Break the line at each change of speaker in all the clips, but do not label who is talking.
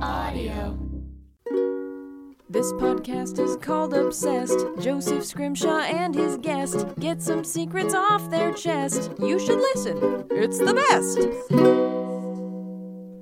Audio.
This podcast is called Obsessed. Joseph Scrimshaw and his guest get some secrets off their chest. You should listen, it's the best.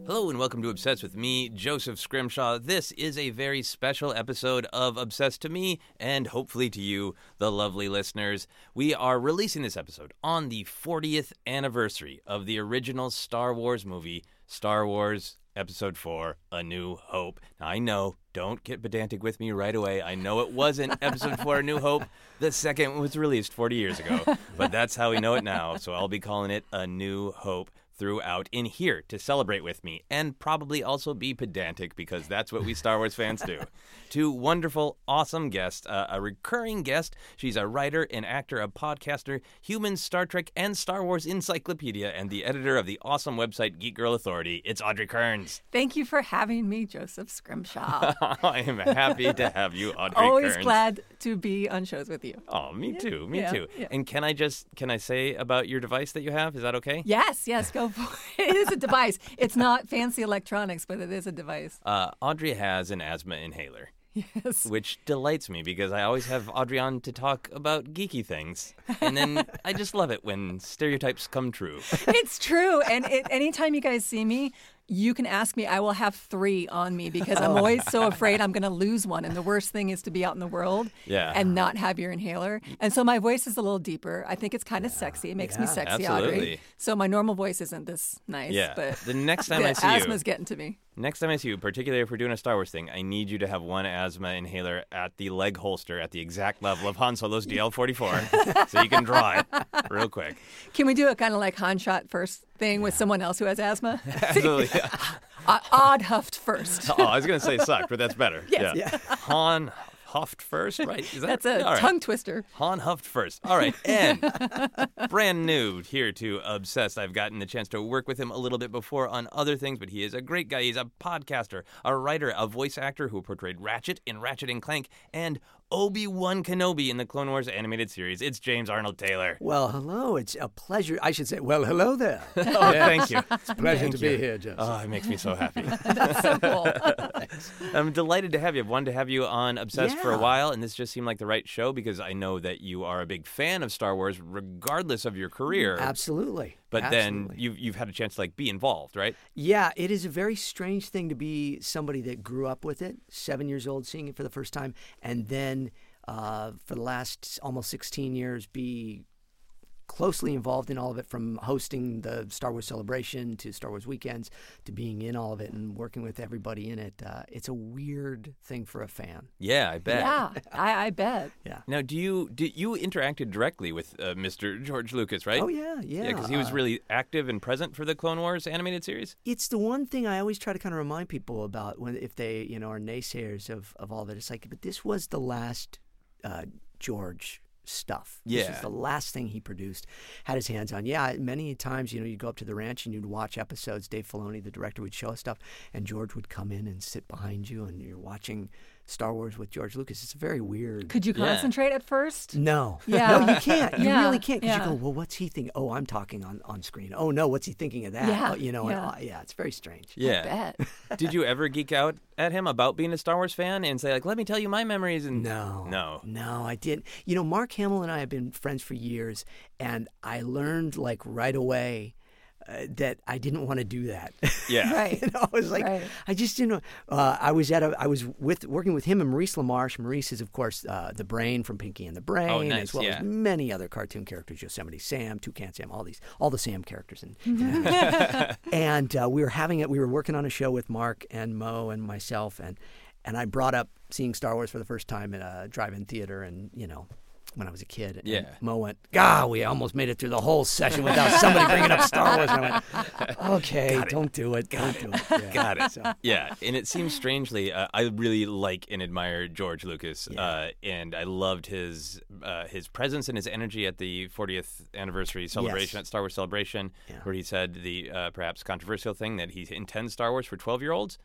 Hello and welcome to Obsessed with me, Joseph Scrimshaw. This is a very special episode of Obsessed to me and hopefully to you, the lovely listeners. We are releasing this episode on the 40th anniversary of the original Star Wars movie, Star Wars Episode 4, A New Hope. Now, I know, don't get pedantic with me right away. I know it wasn't Episode 4, A New Hope. The second was released 40 years ago, but that's how we know it now. So I'll be calling it A New Hope throughout in here to celebrate with me and probably also be pedantic because that's what we Star Wars fans do. Two wonderful, awesome guests, uh, a recurring guest. She's a writer, an actor, a podcaster, human Star Trek and Star Wars encyclopedia, and the editor of the awesome website Geek Girl Authority. It's Audrey Kearns.
Thank you for having me, Joseph Scrimshaw.
I am happy to have you, Audrey
Always
Kearns.
glad to be on shows with you.
Oh, me too, me
yeah,
too.
yeah.
And can I just can I say about your device that you have? Is that okay?
Yes, yes, go for it. It is a device. It's not fancy electronics, but it is a device.
Uh, Audrey has an asthma inhaler.
Yes.
which delights me because I always have Audrey on to talk about geeky things. And then I just love it when stereotypes come true.
It's true. And it, anytime you guys see me, you can ask me. I will have three on me because
Oh.
I'm always so afraid I'm going to lose one. And the worst thing is to be out in the world
Yeah.
and not have your inhaler. And so my voice is a little deeper. I think it's kind of sexy. It makes me
Yeah,
sexy,
absolutely.
Audrey. So my normal voice isn't this nice,
Yeah.
but
The next time
the
I see
asthma's
you,
getting to me.
next time I see you, particularly if we're doing a Star Wars thing, I need you to have one asthma inhaler at the leg holster at the exact level of Han Solo's DL-44, so you can draw it real quick.
Can we do a kind of like Han shot first thing with someone else who has asthma?
Absolutely.
uh, odd huffed first.
Oh, I was going to say sucked, but that's better.
Yes.
Yeah. Han huffed first, right? Is that,
That's a
all right.
tongue twister.
Han huffed first. All right, and brand new here to Obsessed. I've gotten the chance to work with him a little bit before on other things, but he is a great guy. He's a podcaster, a writer, a voice actor who portrayed Ratchet in Ratchet and Clank and Obi Wan Kenobi in the Clone Wars animated series. It's James Arnold Taylor.
Well, hello. It's a pleasure. I should say, well, hello there.
Oh, thank you. It's a
pleasure to be here, Joseph.
Oh, it makes me so happy.
That's so cool.
I'm delighted to have you. I've wanted to have you on Obsessed for a
Yeah.
while, and this just seemed like the right show because I know that you are a big fan of Star Wars, regardless of your career.
Mm, Absolutely.
But then
Absolutely.
you've you've had a chance to like be involved, right?
Yeah, it is a very strange thing to be somebody that grew up with it, seven years old, seeing it for the first time, and then uh, for the last almost 16 years, be closely involved in all of it from hosting the Star Wars celebration to Star Wars weekends to being in all of it and working with everybody in it. Uh, it's a weird thing for a fan.
Yeah, I bet.
yeah, I, I bet.
Now, do you do you interacted directly with uh, Mr. George Lucas, right?
Oh, yeah, yeah.
Yeah, because he was
uh,
really active and present for the Clone Wars animated series.
it's the one thing I always try to kind of remind people about when if they you know are naysayers of of all that. It's like, but this was the last uh, George stuff. This
Yeah.
was the last thing he produced, had his hands on. Yeah, many times you know you'd go up to the ranch and you'd watch episodes. Dave Filoni, the director, would show us stuff, and George would come in and sit behind you, and you're watching Star Wars with George Lucas. It's very weird.
Could you
Yeah.
concentrate at first?
No.
Yeah.
No, you can't. You
Yeah,
really can't because
yeah.
you go, well, what's he thinking? Oh, I'm talking on, on screen. Oh, no, what's he thinking of that?
Yeah,
Oh, you know, and,
yeah.
uh, yeah, it's very strange.
Yeah.
Bet.
Did you ever geek out at him about being a Star Wars fan and say like, "Let me tell you my memories"? And
No.
no.
No, I didn't. You know, Mark Hamill and I have been friends for years, and I learned like right away uh, that I didn't want to do that.
Yeah.
Right.
you know, I was like,
Right.
I just didn't. know- Uh, I was at a, I was with working with him and Maurice LaMarche. Maurice is, of course, uh, the brain from Pinky and the Brain,
Oh, nice,
as well
yeah.
as many other cartoon characters, Yosemite Sam, Toucan Sam, all these, all the Sam characters. And, and uh, we were having it. We were working on a show with Mark and Mo and myself, and and I brought up seeing Star Wars for the first time at a drive-in theater, and you know. When I was a kid, and
Yeah.
Mo went, "God, we almost made it through the whole session without somebody bringing up Star Wars." And I went, "Okay, don't do it, don't do it." Yeah.
Got it. Yeah, and it seems strangely, uh, I really like and admire George Lucas, uh, and I loved his uh, his presence and his energy at the 40th anniversary celebration
Yes.
at Star Wars Celebration, where he said the uh, perhaps controversial thing that he intends Star Wars for 12 year olds.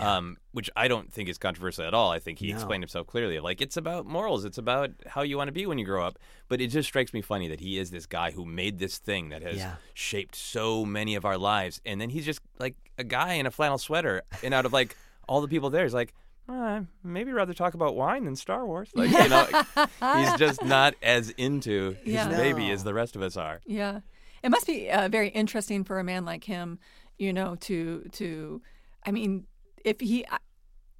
Um, which I don't think is controversial at all. I think he explained himself clearly. Like it's about morals, it's about how you want to be when you grow up. But it just strikes me funny that he is this guy who made this thing that has
Yeah.
shaped so many of our lives. And then he's just like a guy in a flannel sweater and out of like all the people there is like, "Uh, maybe rather talk about wine than Star Wars. Like, you know, like, he's just not as into his
Yeah.
baby
No.
as the rest of us are.
Yeah, it must be uh, very interesting for a man like him, you know, to to, I mean, if he uh,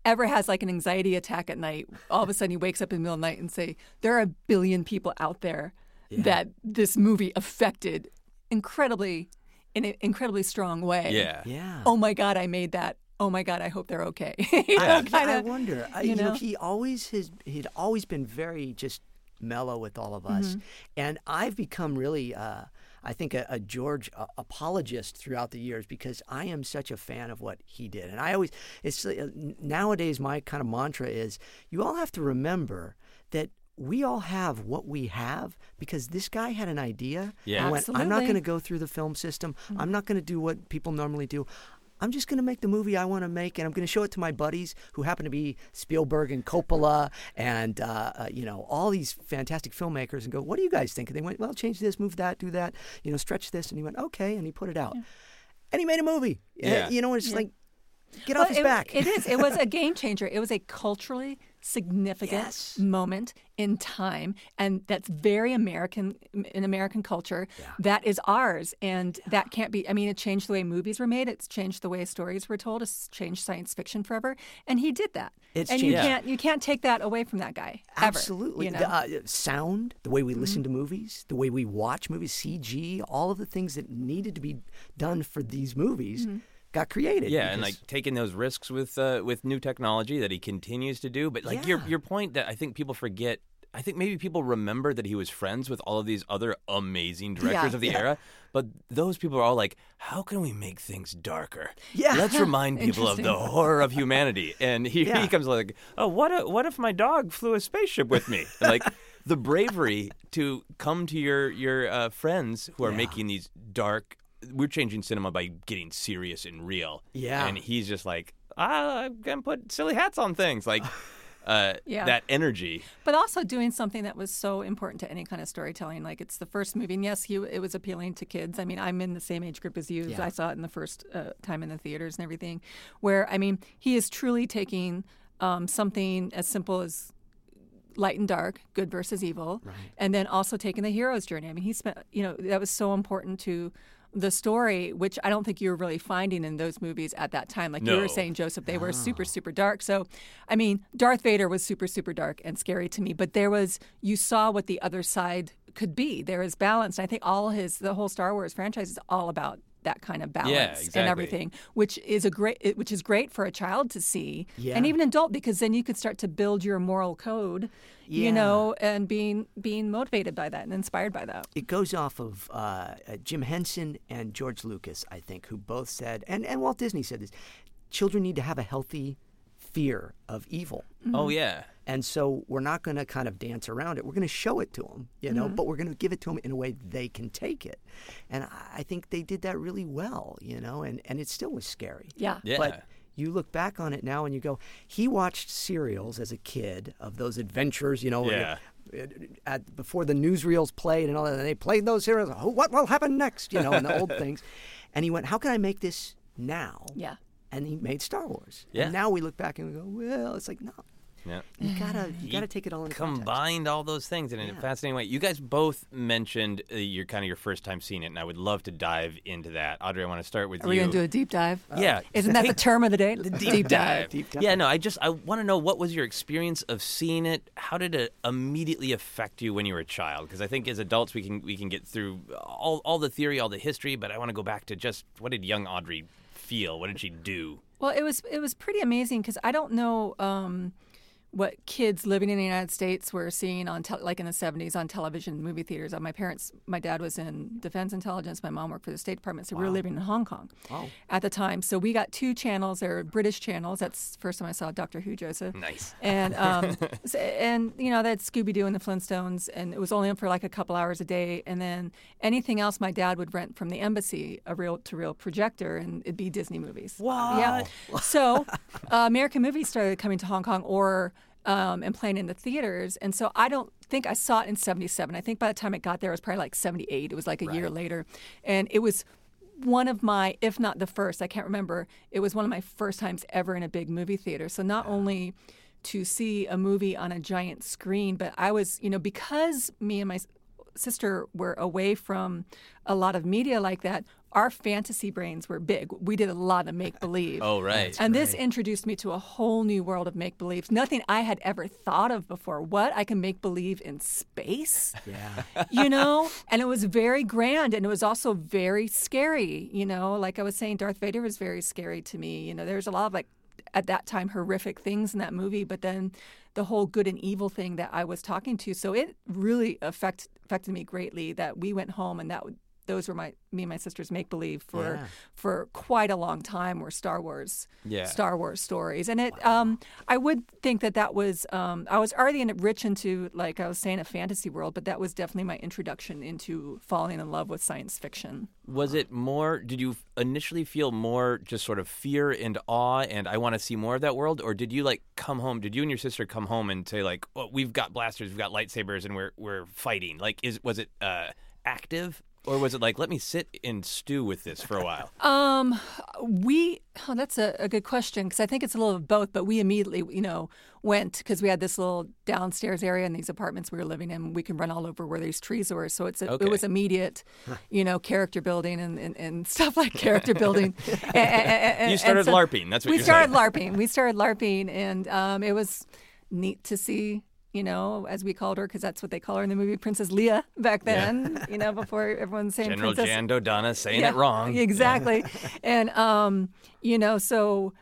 ever has like an anxiety attack at night, all of a sudden he wakes up in the middle of the night and say, "There are a billion people out there that this movie affected incredibly, in an incredibly strong way."
Yeah.
Yeah.
Oh my God, I made that. Oh my God, I hope they're okay.
Yeah.
Yeah,
kind
I
of.
wonder. I,
you
you, know?
know?
he always has. He'd always been very just mellow with all of us, and I've become really, uh, I think, a, a George uh, apologist throughout the years because I am such a fan of what he did, and I always. It's uh, nowadays my kind of mantra is: you all have to remember that. We all have what we have because this guy had an idea.
Yeah.
and went, I'm not
Absolutely.
going to go through the film system.
Mm-hmm.
I'm not going to do what people normally do. I'm just going to make the movie I want to make, and I'm going to show it to my buddies who happen to be Spielberg and Coppola and uh, uh, you know all these fantastic filmmakers, and go, "What do you guys think?" And they went, "Well, change this, move that, do that, you know, stretch this," and he went, "Okay," and he put it out, and he made a movie. Uh,
Yeah.
you know, it's just like get
Well,
off his
it-
back.
it is. It was a game changer. It was a culturally significant
Yes.
moment in time, and that's very American in American culture. That is ours, and that can't be. I mean, it changed the way movies were made. It's changed the way stories were told. It's changed science fiction forever, and he did that.
It's
and you
changed-
can't you can't take that away from that guy. ever,
Absolutely.
you know? Mm-hmm.
The, uh, sound, the way we listen to movies, the way we watch movies, CG, all of the things that needed to be done for these movies
Mm-hmm.
got created.
Yeah, and
because-
like taking those risks with uh, with new technology that he continues to do. But like your
Yeah.
your point that I think people forget. I think maybe people remember that he was friends with all of these other amazing directors
Yeah.
of the era, but those people are all like, "How can we make things darker?
Yeah.
let's remind people of the
Interesting.
horror of humanity." And he,
Yeah.
he comes like, "Oh, what? If, what if my dog flew a spaceship with me?" And like the bravery to come to your your uh, friends who are making these dark. We're changing cinema by getting serious and real.
Yeah.
And he's just like, ah, I'm going to put silly hats on things. Like, uh,
Yeah.
that energy.
but also doing something that was so important to any kind of storytelling like it's the first movie and yes he, it was appealing to kids i mean i'm in the same age group as you i saw it in the first uh, time in the theaters and everything where i mean he is truly taking um, something as simple as light and dark, good versus evil, and then also taking the hero's journey. I mean, he spent, you know, that was so important to the story, which I don't think you were really finding in those movies at that time. Like you
No.
were saying, Joseph, they were super, super dark. So, I mean, Darth Vader was super, super dark and scary to me, but there was, you saw what the other side could be. There is balance. And I think all his, the whole Star Wars franchise is all about that kind of balance
exactly.
and everything which is a great it- which is great for a child to see
Yeah.
and even adult because then you could start to build your moral code
Yeah.
you know, and being being motivated by that and inspired by that.
it goes off of uh, uh, Jim Henson and George Lucas, I think, who both said, and, and Walt Disney said this children need to have a healthy fear of evil.
Oh, yeah.
And so we're not going to kind of dance around it. We're going to show it to them, you know, but we're going to give it to them in a way they can take it. And I- I think they did that really well, you know, and, and it still was scary.
Yeah.
Yeah.
But you look back on it now and you go, he watched serials as a kid of those adventures, you know, uh,
Yeah.
at, before the newsreels played and all that. And they played those serials. Oh, what will happen next? You know, and the old things. And he went, how can I make this now?
Yeah.
And he made Star Wars.
Yeah.
And now we look back and we go, well, it's like, no,
yeah.
you gotta,
He
you gotta take it all in context.
combined all those things in a fascinating way. You guys both mentioned uh, your kind of your first time seeing it, and I would love to dive into that. Audrey, I want to start with
Are
you.
we gonna do a deep dive?
Yeah.
Isn't that the term of the day? The deep,
Deep dive.
Yeah, no, I just I want to know what was your experience of seeing it? How did it immediately affect you when you were a child? Because I think as adults we can we can get through all all the theory, all the history, but I want to go back to just what did young Audrey feel? What did she do?
Well, it was it was pretty amazing because I don't know um, what kids living in the United States were seeing on tel like in the seventies on television, movie theaters. Uh, My parents, my dad was in defense intelligence, my mom worked for the State Department, so we were living in Hong Kong at the time. So we got two channels. They're British channels. That's the first time I saw Doctor Who, Joseph.
Nice.
And um, s- and you know that Scooby Doo and the Flintstones, and it was only on for like a couple hours a day. And then anything else, my dad would rent from the embassy a reel to reel projector, and it'd be Disney movies. Wow. Yeah. So uh, American movies started coming to Hong Kong or um, and playing in the theaters, and so I don't think I saw it in '77. I think by the time it got there, it was probably like '78. It was like a year later, and it was one of my, if not the first, I can't remember. It was one of my first times ever in a big movie theater. So not only to see a movie on a giant screen, but I was, you know, because me and my s- sister were away from a lot of media like that, our fantasy brains were big. We did a lot of make believe.
Oh, right.
And this introduced me to a whole new world of make believes. Nothing I had ever thought of before. What? I can make believe in space?
Yeah.
you know? And it was very grand and it was also very scary, you know? Like I was saying, Darth Vader was very scary to me. You know, there's a lot of like, at that time, horrific things in that movie, but then the whole good and evil thing that I was talking to. So it really affect, affected me greatly that we went home and that would. Those were my me and my sister's make believe for
Yeah.
for quite a long time were Star Wars
Yeah.
Star Wars stories. And it, um, I would think that that was, um, I was already rich into, like I was saying, a fantasy world, but that was definitely my introduction into falling in love with science fiction.
Was it more? Did you initially feel more just sort of fear and awe, and I want to see more of that world, or did you like come home? Did you and your sister come home and say like, oh, "We've got blasters, we've got lightsabers, and we're we're fighting"? Like, is was it uh, active, or was it like, "Let me sit and stew with this for a while"?
Um, we, oh, that's a, a good question because I think it's a little of both, but we immediately, you know, went because we had this little downstairs area in these apartments we were living in. We can run all over where these trees were. So it's a,
Okay.
it was immediate, you know, character building and, and, and stuff like character building. A- a- a- a-
You
and
started
so-
LARPing, that's what
we
you're
started
saying.
LARPing. We started LARPing, and um, it was neat to see, you know, as we called her, because that's what they call her in the movie, Princess Leia back then, you know, before everyone's saying
General
Princess.
Jan Dodonna saying it
Yeah,
wrong.
Exactly. and, um, you know, so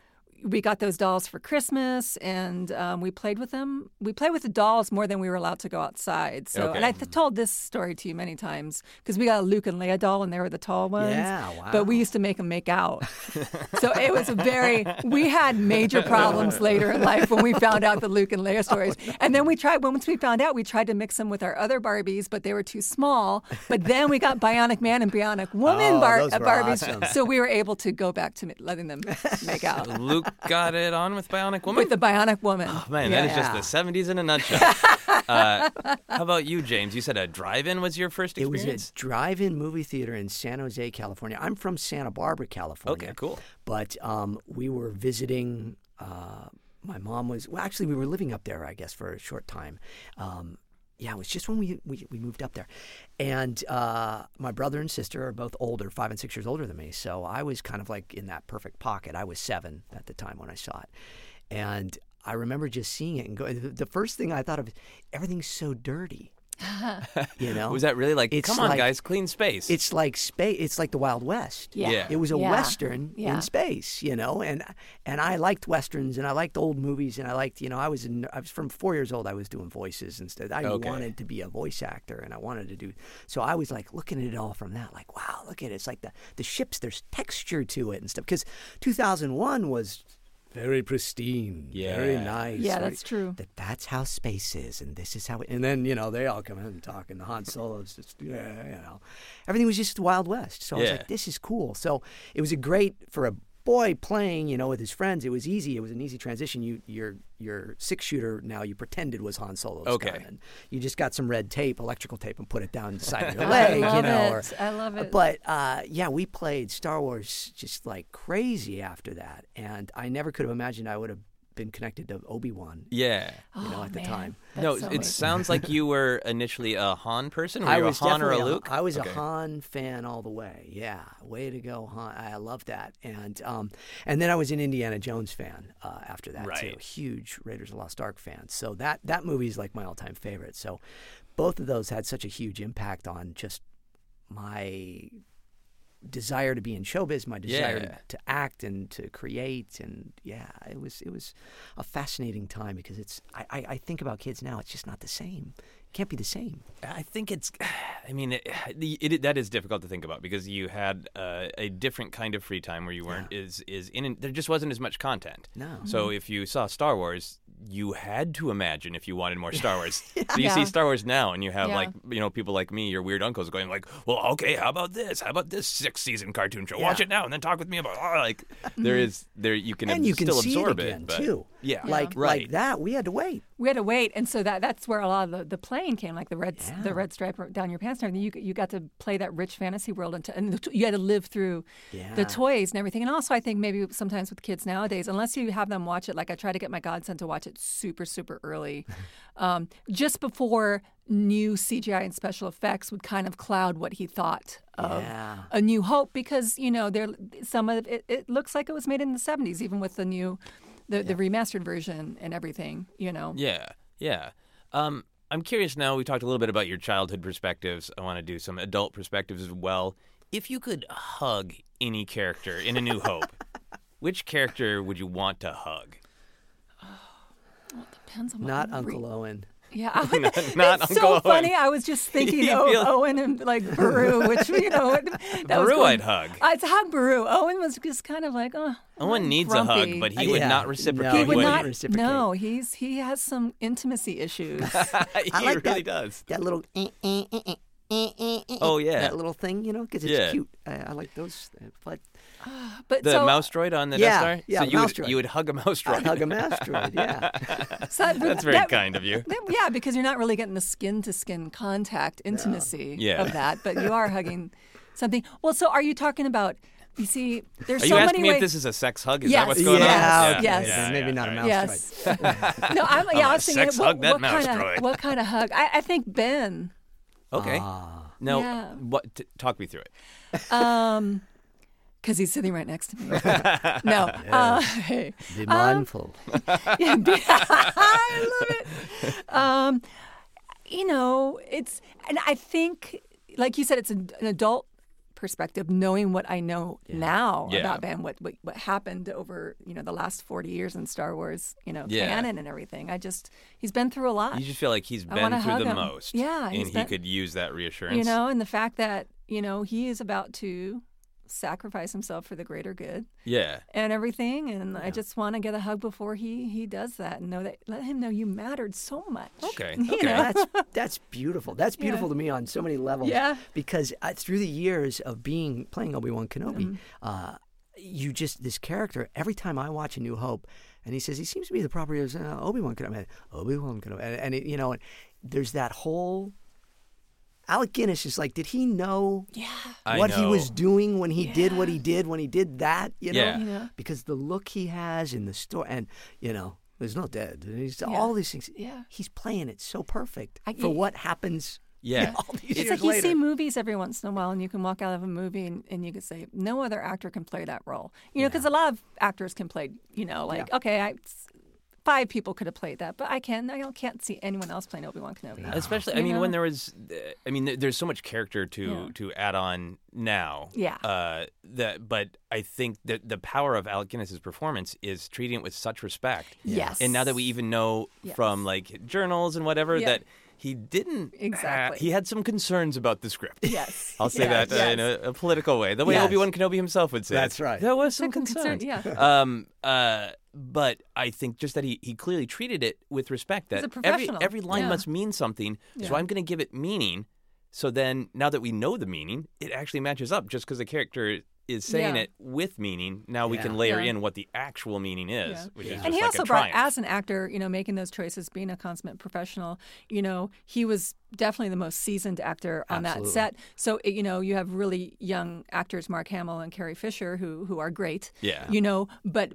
we got those dolls for Christmas and um, we played with them. We played with the dolls more than we were allowed to go outside. So, and I th- told this story to you many times because we got a Luke and Leia doll and they were the tall ones.
Yeah,
But we
wow.
used to make them make out. so it was a very, we had major problems later in life when we found out the Luke and Leia stories. And then we tried, once we found out, we tried to mix them with our other Barbies, but they were too small. But then we got Bionic Man and Bionic Woman woman
Oh,
bar-
those
uh,
were
Barbies.
awesome.
So we were able to go back to m- letting them make out
Luke got it on with Bionic Woman.
with the Bionic Woman.
Oh,
Man,
Yeah.
that is just the 70s in a nutshell. uh, how about you, James? You said a drive-in was your first
It was a
experience.
drive-in movie theater in San Jose, California. I'm from Santa Barbara, California.
Okay, cool.
But um, we were visiting. Uh, my mom was well. Actually, we were living up there, I guess, for a short time. Um, yeah, it was just when we we, we moved up there, and uh, my brother and sister are both older, five and six years older than me. So I was kind of like in that perfect pocket. I was seven at the time when I saw it, and I remember just seeing it and going. The the first thing I thought of, is, everything's so dirty. you know,
was that really like,
It's
come on,
like-
guys, clean space?
it's like space. It's like the Wild West.
Yeah.
Yeah.
It was a
Yeah.
western
Yeah.
in space, you know, and and I liked westerns and I liked old movies and I liked, you know, I was in, I was from four years old. I was doing voices and stuff. I
Okay.
wanted to be a voice actor and I wanted to do. So I was like looking at it all from that, like, wow, look at it. It's like the the ships. There's texture to it and stuff. Because 2001 was very pristine, very
Yeah.
nice.
Yeah,
very-
that's true.
That that's how space is, and this is how. It, and then you know they all come in and talk, and Han Solo's just yeah, you know, everything was just the Wild West. So I was
Yeah.
like, this is cool. So it was a great for a boy playing, you know, with his friends. It was easy. It was an easy transition. You your your six shooter now you pretended was Han Solo's
Okay.
gun, and you just got some red tape, electrical tape, and put it down the side of your leg, you
love
know. or-
it. I love it.
But uh, yeah, we played Star Wars just like crazy after that, and I never could have imagined I would have been connected to Obi Wan
yeah.
you know,
Oh,
at the
man.
time.
That's
no,
so
it
much-
sounds like you were initially a Han person. Were
I
you
was
a Han or a
definitely
Luke?
I was
Okay.
a Han fan all the way. Yeah, way to go, Han! I love that. And um, and then I was an Indiana Jones fan uh, after that too.
Right.
Huge Raiders of the Lost Ark fan. So that that movie is like my all time favorite. So both of those had such a huge impact on just my desire to be in showbiz, my desire
Yeah.
to, to act and to create, and yeah, it was it was a fascinating time because it's I, I, I think about kids now, it's just not the same. It can't be the same.
I think it's. I mean, it, it, it, that is difficult to think about because you had uh, a different kind of free time where you weren't is is in. There just wasn't as much content.
No. Mm-hmm.
So if you saw Star Wars, you had to imagine if you wanted more Star Wars. So you
Yeah.
see Star Wars now, and you have
Yeah.
like you know people like me, your weird uncles, going like, "Well, okay, how about this? How about this six season cartoon show? Watch
Yeah.
it now, and then talk with me about." Oh, like there is there you can ab-
and you can
still
see
absorb
it again
but-
too.
Yeah.
like
Right.
like that. We had to wait
we had to wait, and so that that's where a lot of the, the playing came, like the red s-
Yeah.
the red stripe down your pants and everything. You you got to play that rich fantasy world, and, to, and the, t- you had to live through
Yeah.
the toys and everything. And also, I think maybe sometimes with kids nowadays, unless you have them watch it, like I try to get my godson to watch it super super early, um, just before new CGI and special effects would kind of cloud what he thought of
Yeah.
a new hope because you know there some of it, it looks like it was made in the 70s even with the new the, the remastered version and everything you know
Yeah, yeah. Um, I'm curious now. We talked a little bit about your childhood perspectives. I want to do some adult perspectives as well. If you could hug any character in A New Hope, which character would you want to hug?
depends on what
Not
re-
Uncle Owen.
yeah I would-
Not- not
it's
Uncle
so
Owen.
funny I was just thinking
You
of
feel-
Owen and like Baru which you know it- that was
Baru
going-
I'd hug.
Uh, it's hug Baru Owen was just kind of like oh
Owen needs a
grumpy.
hug, but he would
Yeah.
not
No,
reciprocate.
he
he
would
wouldn't
not
reciprocate.
no he's he has some intimacy issues
he
I like
really
that.
does.
That little. eh, eh, eh, eh, eh, eh, eh,
Oh,
eh,
yeah.
That little thing, you know, because it's
Yeah.
cute. I, I like those. uh, But
but
The
so
mouse droid on the
Yeah,
Death Star.
yeah,
so
the
you
mouse
would,
droid.
you would hug a mouse droid.
I'd hug a masteroid, yeah.
so that-
That's very
that-
kind of you.
Then- Yeah, because you're not really getting the skin to skin contact intimacy
Yeah.
of that, but you are hugging something. Well, so are you talking about? You see, there's
Are you
so
asking
many
me
ways.
if this is a sex hug? Is that
Yes.
what's going
Yeah,
on?
okay, yes.
then maybe not a
all
mouse.
yes. no, I'm, yeah, I was thinking,
sex
what,
hug that
what
mouse
kind
droid.
of what kind of hug? I, I think Ben.
Okay.
Ah.
now,
Yeah.
what? T- talk me through it.
Um, because he's sitting right next to me. no, uh, hey.
Be mindful.
Yeah, be- I love it. Um, you know, it's, and I think, like you said, it's an, an adult perspective, knowing what I know now
Yeah.
about Ben, what, what what happened over you know the last forty years in Star Wars, you know,
Yeah.
canon and everything. I just he's been through a lot,
You just feel like he's
I
been
wanna
through
hug
the
him.
most.
Yeah,
and
he's
he
been-
could use that reassurance.
you know, and the fact that you know he is about to sacrifice himself for the greater good
Yeah.
and everything and i just want to get a hug before he he does that and know that let him know you mattered so much
Okay.
You
Okay.
know?
that's that's beautiful. That's beautiful to me on so many levels.
Yeah.
Because I, through the years of being playing Obi Wan Kenobi, uh, you just this character. Every time I watch A New Hope, and he says he seems to be the property of uh, Obi Wan Kenobi. Obi Wan Kenobi, and, and it, you know, and there's that whole. Alec Guinness is like, did he know
I
what he was
know.
doing when he did what he did when he did that? You know,
Yeah. You
know.
because the look he has in the store, and you know, there's no dead. and He's all these things.
Yeah.
he's playing it so perfect
I-
for what happens.
Yeah.
all these
It's
years
like you
later.
see movies every once in a while, and you can walk out of a movie and, and you can say, "No other actor can play that role." You know, because a lot of actors can play. You know, like okay, I, five people could have played that, but I can. I don't, can't see anyone else playing Obi Wan Kenobi.
Especially, I
You
mean,
know?
when there was, uh, I mean, there- there's so much character to
Yeah.
to add on now.
Yeah.
Uh, that, but I think that the power of Alec Guinness's performance is treating it with such respect.
Yes.
And now that we even know
Yes.
from like journals and whatever
Yeah.
that he didn't ha-
Exactly.
he had some concerns about the script.
Yes.
I'll say
Yeah,
that uh, in a, a political way, the way
Yes.
Obi Wan Kenobi himself would say. it.
That's right.
There was some
Second concern,
concerns.
yeah.
Um. Uh. But I think just that he, he clearly treated it with respect.
He's a
That every
professional.
every line
Yeah.
must mean something. So
Yeah.
I'm going to give it meaning. So then, now that we know the meaning, it actually matches up. Just because the character is saying
Yeah.
it with meaning, now we
Yeah.
can layer
Yeah.
in what the actual meaning is,
Yeah.
which
Yeah.
is just
and he
like
also
a
brought,
triumph.
as an actor, you know, making those choices, being a consummate professional, you know, he was definitely the most seasoned actor on
Absolutely.
that set. So, it- you know, you have really young actors, Mark Hamill and Carrie Fisher, who who are great.
Yeah.
You know, but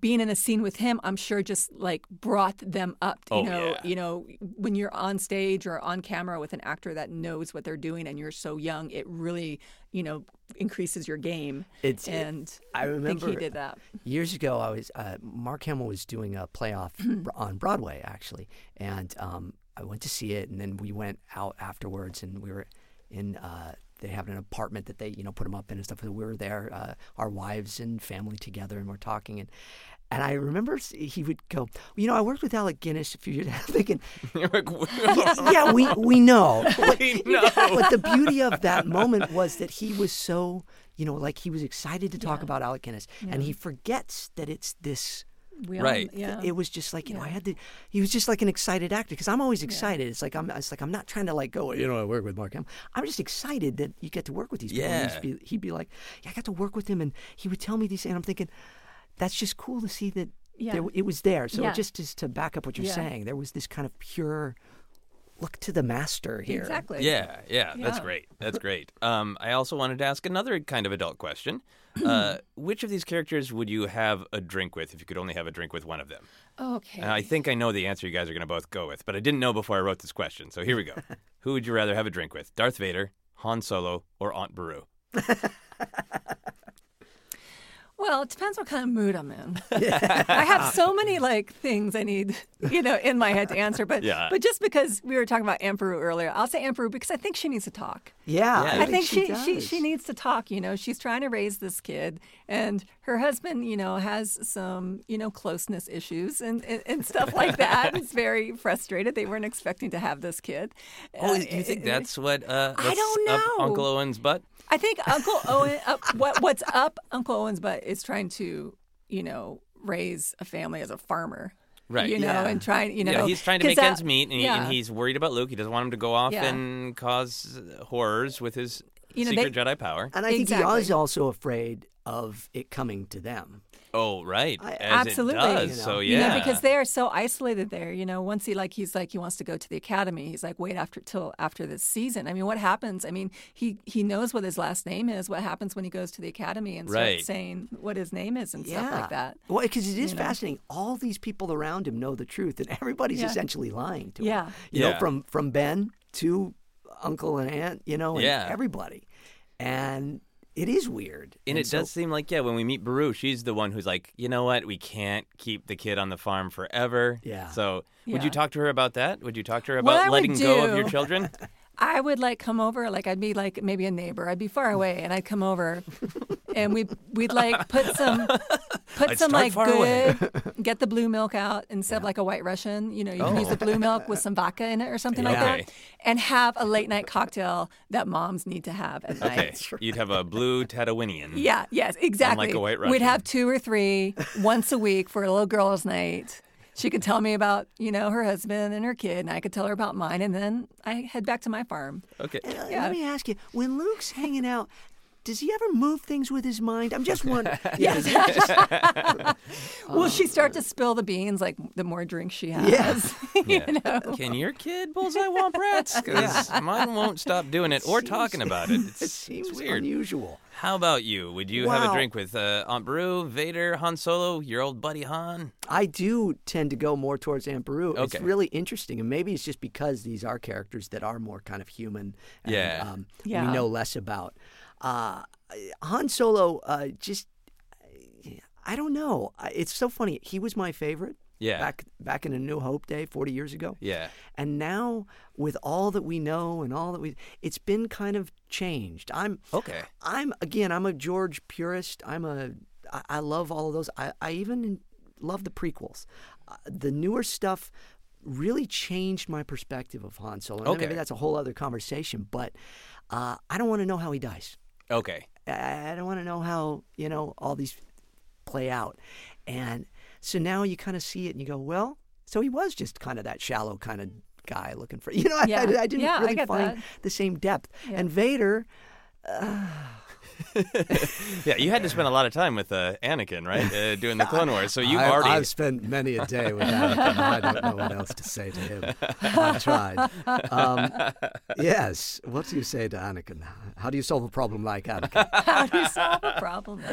being in a scene with him, I'm sure just like brought them up. You
Oh,
know,
yeah.
you know, when you're on stage or on camera with an actor that knows what they're doing and you're so young, it really, you know, increases your game.
It's-
and
I
think he
remember-
did that.
Years ago, I was uh, Mark Hamill was doing a playoff on Broadway actually, and um, I went to see it, and then we went out afterwards, and we were in. Uh, they have an apartment that they you know put him up in and stuff. And we were there, uh, our wives and family together, and we're talking and. And I remember s- he would go, you know, I worked with Alec Guinness a few years. I'm thinking,
You're like,
yeah, we we know, but,
we know.
but the beauty of that moment was that he was so, you know, like he was excited to talk about Alec Guinness, and he forgets that it's this.
We all-
Right.
yeah.
It was just like you know, I had to. He was just like an excited actor because I'm always excited. It's like I'm. It's like I'm not trying to like go. You know, I work with Mark Hamill. I'm just excited that you get to work with these people. And
Yeah.
He'd, be, he'd be like, yeah, I got to work with him, and he would tell me these, and I'm thinking, that's just cool to see that
Yeah.
There, it was there. So
Yeah.
just, just to back up what you're
Yeah.
saying, there was this kind of pure look to the master here.
Exactly.
Yeah, yeah, that's
Yeah.
great. That's great. Um, I also wanted to ask another kind of adult question. Uh, which of these characters would you have a drink with if you could only have a drink with one of them?
Okay.
And I think I know the answer you guys are going to both go with, but I didn't know before I wrote this question. So here we go. Who would you rather have a drink with, Darth Vader, Han Solo, or Aunt
Uh,
Beru?
Well, it depends what kind of mood I'm in. I have so many like things I need, you know, in my head to answer. But
Yeah.
but just because we were talking about Amperu earlier, I'll say Amperu because I think she needs to talk.
Yeah.
Yeah.
I,
I think she, she,
does.
she needs to talk. You know, she's trying to raise this kid, and her husband, you know, has some you know closeness issues and and, and stuff like that. It's very frustrated. They weren't expecting to have this kid.
Oh,
Uh,
you think
uh,
that's what? Uh,
I
what's
don't
Up
know.
Uncle Owen's butt.
I think Uncle Owen, uh, what, what's up Uncle Owen's butt is trying to, you know, raise a family as a farmer.
Right.
You know,
Yeah.
and trying, you know,
yeah, he's trying to
'cause
make
that-
ends meet, and, he- and
uh, yeah.
he's worried about Luke. He doesn't want him to go off
Yeah.
and cause horrors with his
You know,
secret
they- Uh,
Jedi power.
and I think he
Exactly.
is also afraid of it coming to them.
Oh, right.
I-
As
absolutely.
It does.
You know.
So
You
Oh, yeah.
know, because they are so isolated there. You know, once he like he's like he wants to go to the academy. He's like, wait after till after this season. I mean, what happens? I mean, he he knows what his last name is. What happens when he goes to the academy and starts
Right.
saying what his name is and stuff like that?
Well, because it is
you know?
fascinating. All these people around him know the truth, and everybody's
Yeah.
essentially lying to him.
Yeah.
You know,
Yeah.
from from Ben to uncle and aunt, you know, and
Yeah.
everybody. And it is weird.
and it
so-
does seem like yeah, when we meet Baru, she's the one who's like, you know what, we can't keep the kid on the farm forever.
Yeah.
So would
Yeah.
you talk to her about that? Would you talk to her
What I
about
would
letting go of your
do-
children?
I would like come over, like I'd be like maybe a neighbor. I'd be far away, and I'd come over, and we we'd like put some put
I'd
some
start
like
far away.
good get the blue milk out instead of like a white Russian. You know, you can use the blue milk with some vodka in it or something like
Oh. Okay.
that, and have a late night cocktail that moms need to have at night.
Okay. You'd have a blue Tatooinean.
Yeah, yes, exactly.
a white
We'd
Russian.
have two or three once a week for a little girls' night. She could tell me about, you know, her husband and her kid, and I could tell her about mine, and then I head back to my farm.
Okay.
And, uh,
Yeah.
Let me ask you: When Luke's hanging out, does he ever move things with his mind? I'm just wondering.
Yes. Will she start to spill the beans like the more drinks she has?
Yes.
Yeah. Can your kid bullseye womp rats? Because mine won't stop doing it or talking about it. It's,
it
it's
seems
weird.
unusual.
How about you? Would you have a
Wow.
drink with uh, Aunt Beru, Vader, Han Solo, your old buddy Han?
I do tend to go more towards Aunt Beru. It's
Okay.
really interesting, and maybe it's just because these are characters that are more kind of human. And,
Yeah.
um,
Yeah.
we know less about. Uh, Han Solo, uh, just I don't know. I- It's so funny. He was my favorite.
Yeah.
Back back in a New Hope day, forty years ago.
Yeah.
And now, with all that we know and all that we, it's been kind of changed. I'm
Okay.
I'm again. I'm a George purist. I'm a. I, I love all of those. I, I even love the prequels. Uh, the newer stuff really changed my perspective of Han Solo. And
Okay.
Maybe that's a whole other conversation. But uh, I don't want to know how he dies.
Okay.
I, I don't want to know how you know all these play out. And so now you kind of see it and you go, well, so he was just kind of that shallow kind of guy looking for you know. I-
Yeah.
I, I didn't
Yeah, I
really
get
find
that.
the same depth. And Vader.
Yeah, you had to spend a lot of time with uh, Anakin, right? Uh, doing the Clone Wars. So you
I've,
already.
I've spent many a day with Anakin. and I don't know what else to say to him. I've tried. Um, yes. What do you say to Anakin? How do you solve a problem like Anakin?
How do you solve a problem?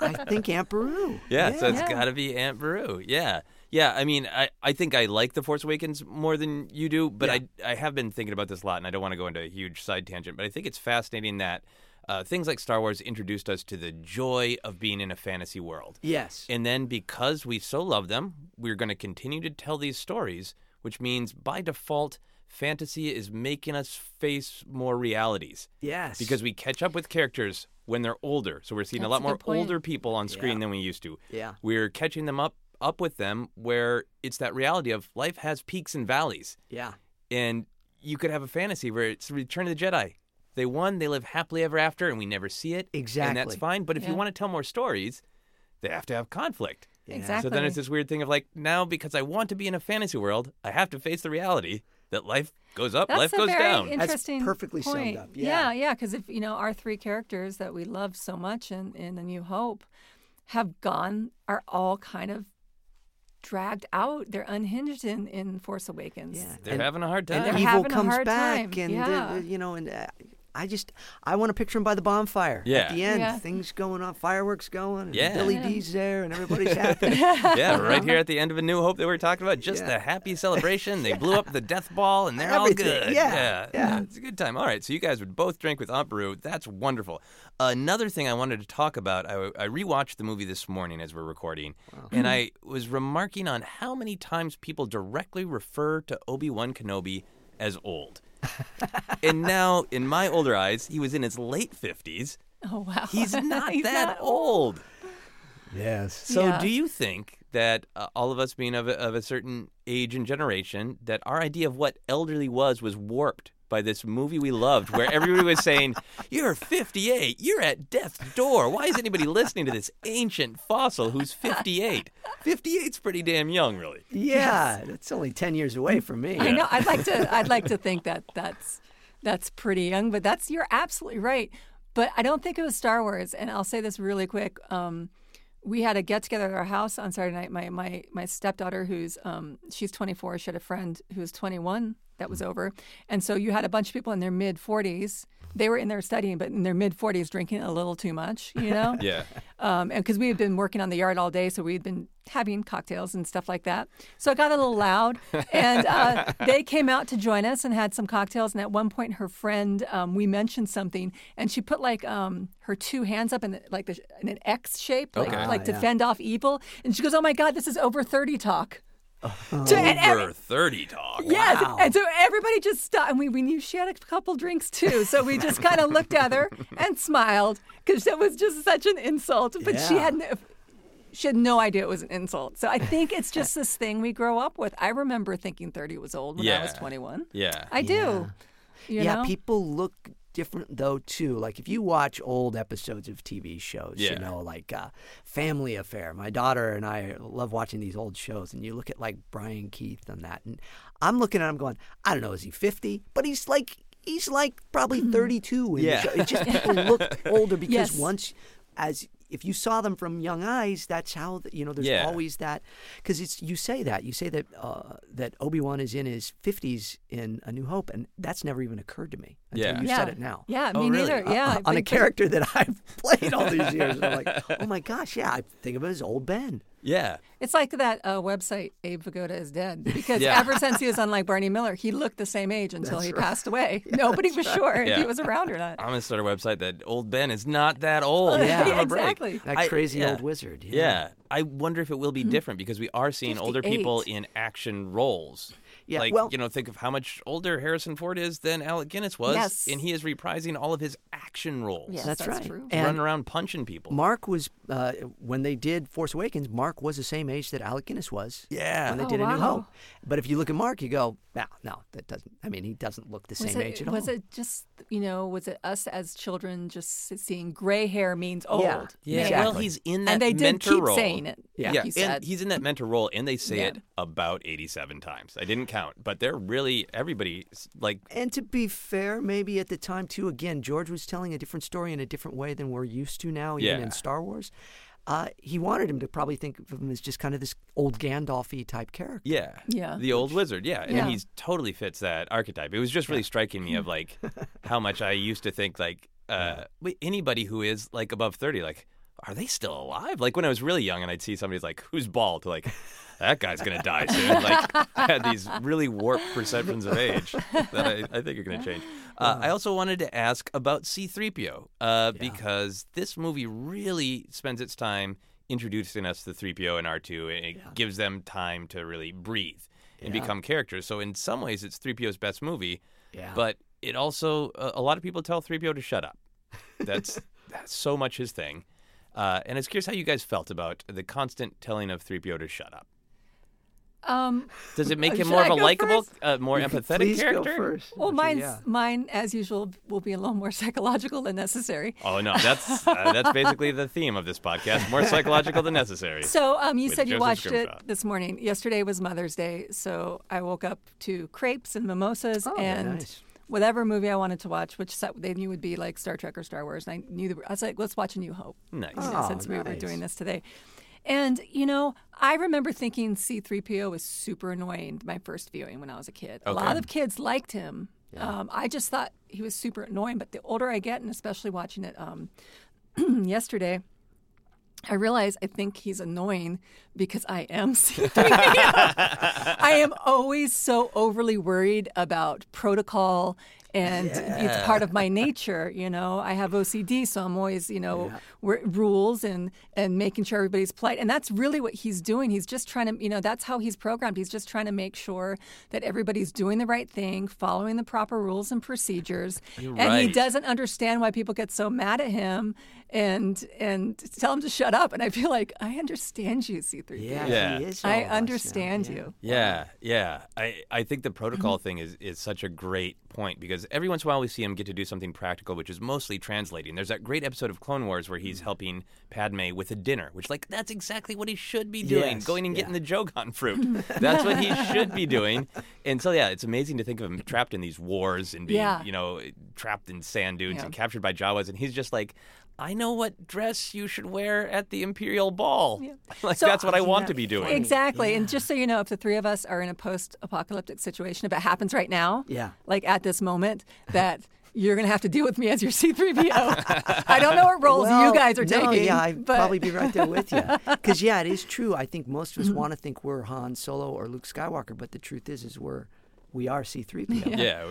Like,
I think Aunt Beru.
Yeah, so it's
Yeah.
got to be Aunt Beru. Yeah. Yeah, I mean, I, I think I like The Force Awakens more than you do, but I, I have been thinking about this a lot, and I don't want to go into a huge side tangent, but I think it's fascinating that uh, things like Star Wars introduced us to the joy of being in a fantasy world.
Yes.
And then because we so love them, we're going to continue to tell these stories, which means by default, fantasy is making us face more realities
Yes.
because we catch up with characters when they're older. So we're seeing a
That's
lot
a
more
good point.
older people on screen than we used to.
Yeah.
We're catching them up up with them where it's that reality of life has peaks and valleys.
Yeah.
And you could have a fantasy where it's Return of the Jedi. They won, they live happily ever after, and we never see it. And that's
Exactly.
fine. But if you
Yeah.
want to tell more stories, they have to have conflict.
Exactly.
So then it's this weird thing of like, now because I want to be in a fantasy world, I have to face the reality that life goes up,
That's
life
a
goes
very
down.
That's
Interesting
perfectly summed
point.
up,
Yeah, yeah, because if you know our three characters that we love so much in in The New Hope have gone are all kind of dragged out. They're unhinged in, in Force Awakens.
Yeah.
They're
And-
having a hard
and
they're
time.
evil
having a
comes
hard time.
back, and
Yeah.
the- the- you know, and uh, I just I want to picture him by the bonfire
Yeah.
at the end.
Yeah.
Things going on, fireworks going, and
Yeah.
Billy
Yeah.
D's there, and everybody's happy.
yeah, right here at the end of A New Hope that we were talking about, just
Yeah.
the happy celebration. They blew up the death ball and they're
Everything.
all good.
Yeah, yeah.
It's a good time. All right, so you guys would both drink with Aunt Beru. That's wonderful. Another thing I wanted to talk about, I, I rewatched the movie this morning as we're recording, and I was remarking on how many times people directly refer to Obi Wan Kenobi as old. and now, in my older eyes, he was in his late 50s.
Oh wow.
He's not
He's
that
not
old.
Yes.
So,
Yeah.
do you think that uh, all of us being of a, of a certain age and generation, that our idea of what elderly was was warped by this movie we loved, where everybody was saying, "You're 58. You're at death's door. Why is anybody listening to this ancient fossil who's 58? 58's pretty damn young, really."
yeah, that's only ten years away from me.
I know. I'd like to. I'd like to think that that's that's pretty young, but that's you're absolutely right. But I don't think it was Star Wars. And I'll say this really quick. Um, we had a get together at our house on Saturday night. My my my stepdaughter, who's um, she's 24, she had a friend who was 21 that was over, and so you had a bunch of people in their mid 40s. They were in there studying, but in their mid 40s, drinking a little too much, you know.
Yeah.
um, and because we had been working on the yard all day, so we'd been having cocktails and stuff like that. So it got a little loud, and uh, they came out to join us and had some cocktails. And at one point, her friend, um, we mentioned something, and she put like um, her two hands up in the, like the, in an X shape, like,
Okay.
like to
yeah.
fend off evil. And she goes, "Oh my God, this is over thirty talk." To- and- and-
Over 30 talk.
Yes. And so everybody just stopped. And we, we knew she had a couple drinks too. So we just kind of looked at her and smiled because that was just such an insult. But she
Yeah.
had no, she had no idea it was an insult. So I think it's just this thing we grow up with. I remember thinking 30 was old when I was
Yeah.
21.
Yeah.
I do. You
yeah,
know?
people look different though too. Like if you watch old episodes of TV shows,
Yeah.
you know, like uh, Family Affair. My daughter and I love watching these old shows, and you look at like Brian Keith and that, and I'm looking at him going, I don't know, is he 50? But he's like, he's like probably 32. In
Yeah.
the show. It's just people look older because
Yes.
once as if you saw them from young eyes, that's how th- you know. There's
Yeah.
always that because it's you say that you say that uh, that Obi Wan is in his 50s in A New Hope, and that's never even occurred to me until
Yeah.
you
yeah.
said it now.
Yeah,
Oh,
me
really?
neither. Yeah.
Uh, on a
but- but-
character that I've played all these years, I'm like, oh my gosh, yeah, I think of it as old Ben.
Yeah.
It's like that uh, website, Abe Vigoda is dead, because
Yeah.
ever since he was on like Barney Miller, he looked the same age until he passed away. Nobody was sure if
Yeah.
he was around or not.
I'm going to start a website that old Ben is not that old.
Yeah.
Give him a break.
Exactly.
That
I-
crazy
yeah.
old wizard.
Yeah. I wonder if it will be different because we are seeing older
58.
people in action roles.
Yeah,
Like,
well-
you know, think of how much older Harrison Ford is than Alec Guinness was.
Yes.
And he is reprising all of his action roles.
Yes,
That's,
that's
right.
true.
And
running around punching people.
Mark was uh, when they did Force Awakens. Mark was the same age that Alec Guinness was.
Yeah.
when they
Oh,
did A
wow.
New Hope. But if you look at Mark, you go, no, no, that doesn't. I mean, he doesn't look the
was
same
it,
age at
was
all.
it just you know was it us as children just s- seeing gray hair means old
Yeah.
yeah.
Maybe.
Well,
Exactly.
he's in that
and they did
mentor
keep
role.
saying it
Yeah.
like
yeah,
you
and
said.
he's in that mentor role, and they say
Yeah.
it about 87 times. I didn't count, but they're really everybody like
And to be fair, maybe at the time too, again, George was telling a different story in a different way than we're used to now, even
Yeah.
in Star Wars. Uh, he wanted him to probably think of him as just kind of this old Gandalf-y type character.
Yeah.
Yeah.
The old wizard. Yeah.
Yeah.
And he's totally fits that archetype. It was just really striking me of like how much I used to think like uh wait, anybody who is like above 30 like are they still alive? Like when I was really young and I'd see somebody's like who's bald like that guy's going to die soon. Like I had these really warped perceptions of age that I, I think are going to change. Uh, I also wanted to ask about C3PO uh, because this movie really spends its time introducing us to 3PO and R2, and it gives them time to really breathe and become characters. So in some ways, it's 3PO's best movie,
Yeah.
but it also uh, a a lot of people tell 3PO to shut up. That's that's so much his thing. Uh, and I was curious how you guys felt about the constant telling of 3PO to shut up.
um,
Does it make him
Should
more
I
of a
go
likable,
first?
uh, more empathetic
Please
character?
go first.
well
Richard,
mine's,
yeah.
mine as usual will be a little more psychological than necessary
Oh no, that's uh, that's basically the theme of this podcast. More psychological than necessary.
So um, you
With
said you
Joseph
watched
Scrimshaw.
it this morning. Yesterday was Mother's Day, so I woke up to crepes and mimosas
Oh, very
and
nice.
whatever movie I wanted to watch, which set- they knew would be like Star Trek or Star Wars. And I knew the, I was like, let's watch A New Hope.
Nice.
you know,
Oh,
since we were
nice.
doing this today. And, you know, I remember thinking C3PO was super annoying my first viewing when I was a kid. A lot
Okay.
of kids liked him. Um, I just thought he was super annoying. But the older I get, and especially watching it um, yesterday, I realize I think he's annoying because I am C3PO. I am always so overly worried about protocol and it's part of my nature, you know. I have OCD, so I'm always, you know, wor- rules and and making sure everybody's polite. And that's really what he's doing. He's just trying to, you know, that's how he's programmed. He's just trying to make sure that everybody's doing the right thing, following the proper rules and procedures. and he
right.
doesn't understand why people get so mad at him and and tell him to shut up. And I feel like I understand you, C3PO.
Yeah,
Yeah.
he is. all
I
of us now,
understand
yeah.
you.
Yeah,
Um,
yeah. I, I think the
Mm-hmm.
protocol thing is, is such a great point because every once in a while we see him get to do something practical, which is mostly translating. There's that great episode of Clone Wars where
Mm-hmm.
he's helping Padme with a dinner, which, like, that's exactly what he should be doing
Yes,
going and
yeah.
getting the Jogon fruit. that's what he should be doing. And so, yeah, it's amazing to think of him trapped in these wars and being,
Yeah.
you know, trapped in sand dunes
Yeah.
and captured by Jawas. And he's just like, I know what dress you should wear at the Imperial Ball. like,
So-
that's what I want to
that
be doing.
funny?
Exactly. And just so you know, if the three of us are in a post apocalyptic situation, if it happens right now,
Yeah.
like at this moment, that you're going to have to deal with me as your C3PO. I don't know what roles
Well,
you guys are
no,
taking.
Yeah, I'd
but
probably be right there with you. Because yeah, it is true. I think most of
Mm-hmm.
us want to think we're Han Solo or Luke Skywalker, but the truth is, is we're we are C-3PO.
Yeah.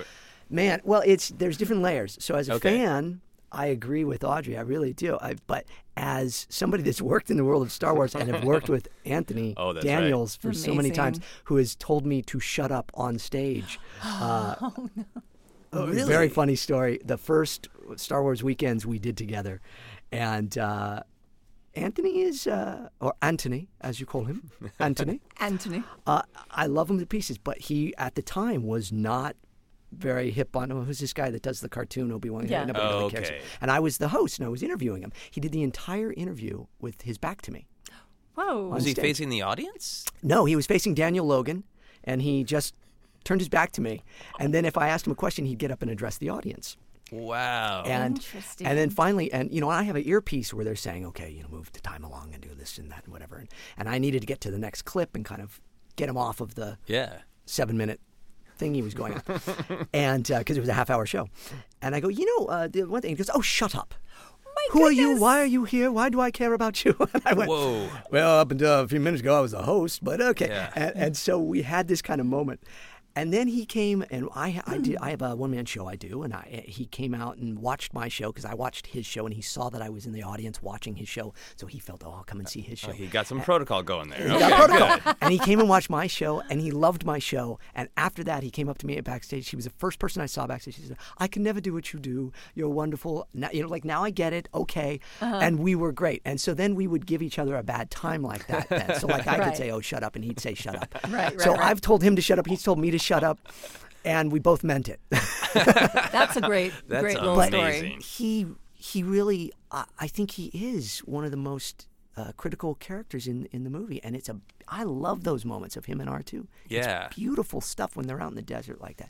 Man, well, it's there's different layers. So as a
Okay.
fan, I agree with Audrey. I really do. I, but as somebody that's worked in the world of Star Wars and have worked with Anthony
Oh, that's right.
Daniels for so many
Amazing.
times, who has told me to shut up on stage. Uh, oh, really? Very funny story. The first Star Wars weekends we did together, and uh, Anthony is, uh, or Anthony, as you call him, Anthony.
Anthony.
Uh, I love him to pieces, but he at the time was not very hip on. Oh, who's this guy that does the cartoon Obi Wan?
Yeah. Oh,
Nobody really
Okay.
cares. And I was the host, and I was interviewing him. He did the entire interview with his back to me.
Whoa.
Was he
stage.
facing the audience?
No, he was facing Daniel Logan, and he just turned his back to me. And then if I asked him a question, he'd get up and address the audience.
Wow.
Oh,
and
Interesting.
and then finally and you know I have an earpiece where they're saying okay you know move the time along and do this and that and whatever and, and I needed to get to the next clip and kind of get him off of the
yeah.
seven minute thing he was going on. and because it was a half hour show. And I go, you know, uh, the one thing, he goes, oh, shut up. Who are you? Why are you here? Why do I care about you? And I went,
Whoa.
Well, up until a few minutes ago, I was the host, but okay.
Yeah.
And, and so we had this kind of moment. And then he came, and I, I did.
Hmm.
I have a one man show I do, and I, he came out and watched my show because I watched his show, and he saw that I was in the audience watching his show, so he felt, oh, I'll come and see his show.
He got some protocol going there.
He got
Okay,
protocol. And he came and watched my show, and he loved my show. And after that, he came up to me at backstage. She was the first person I saw backstage. She said, "I can never do what you do. You're wonderful. Now, you know, like now I get it. Okay."
Uh-huh.
And we were great. And so then we would give each other a bad time like that. Then. So like I could
Right.
say, "Oh, shut up," and he'd say, "Shut up."
Right,
So
right, right.
I've told him to shut up. He's told me to shut up, and we both meant it.
That's a great,
That's
great little story.
amazing.
he he really I, I think he is one of the most uh, critical characters in in the movie and it's a I love those moments of him and R2.
Yeah.
It's beautiful stuff when they're out in the desert like that.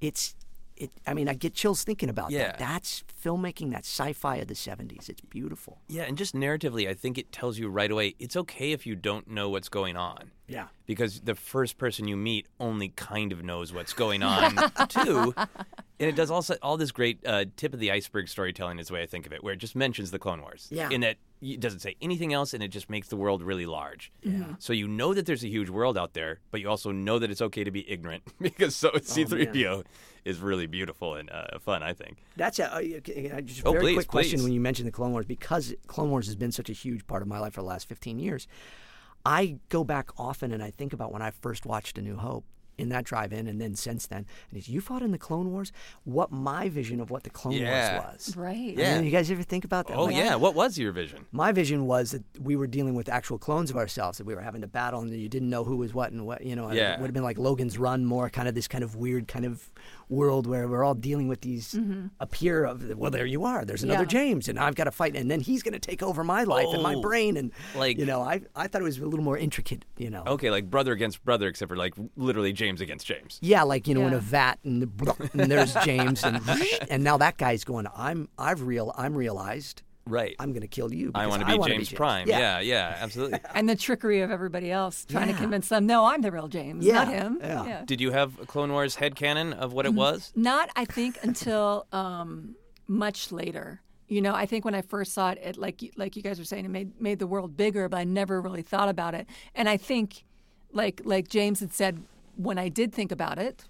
It's it I mean I get chills thinking about
Yeah.
that. That's filmmaking that's sci-fi of the 70s. It's beautiful.
Yeah, and just narratively, I think it tells you right away it's okay if you don't know what's going on.
Yeah.
Because the first person you meet only kind of knows what's going on, too. And it does also all this great uh, tip of the iceberg storytelling, is the way I think of it, where it just mentions the Clone Wars.
Yeah.
In that it doesn't say anything else, and it just makes the world really large. Yeah. So you know that there's a huge world out there, but you also know that it's okay to be ignorant because so C3PO is really beautiful and uh, fun, I think.
That's a uh, okay, I just
Oh,
very
please,
quick question
please.
when you mentioned the Clone Wars because Clone Wars has been such a huge part of my life for the last 15 years. I go back often and I think about when I first watched A New Hope in that drive-in and then since then and it's you fought in the Clone Wars what my vision of what the Clone
Yeah.
Wars was.
Right.
I mean,
Yeah.
you guys ever think about that?
Oh
Like,
yeah, what was your vision?
My vision was that we were dealing with actual clones of ourselves that we were having to battle and you didn't know who was what and what, you know,
Yeah.
it would have been like Logan's Run more kind of this kind of weird kind of world where we're all dealing with these appear of well there you are there's another
Mm-hmm. Yeah.
James and I've got to fight and then he's going to take over my life and my
Oh,
brain and
like- Oh.
you know, I I thought it was a little more intricate, you know.
Okay, like brother against brother, except for like literally James against James.
Yeah, like you know, in
Yeah.
a vat, and, the, and there's James, and and now that guy's going. I'm I've real I'm realized.
Right.
I'm going to kill you.
I
because
want to be
wanna
James Prime.
Yeah.
Yeah, yeah, absolutely.
and the trickery of everybody else trying
Yeah.
to convince them, no, I'm the real James, not
Yeah,
him.
yeah.
Did you have a Clone Wars headcanon of what it was?
Not, I think, until um, much later. You know, I think when I first saw it, it like you- like you guys were saying, it made made the world bigger, but I never really thought about it. And I think, like like James had said, when I did think about it,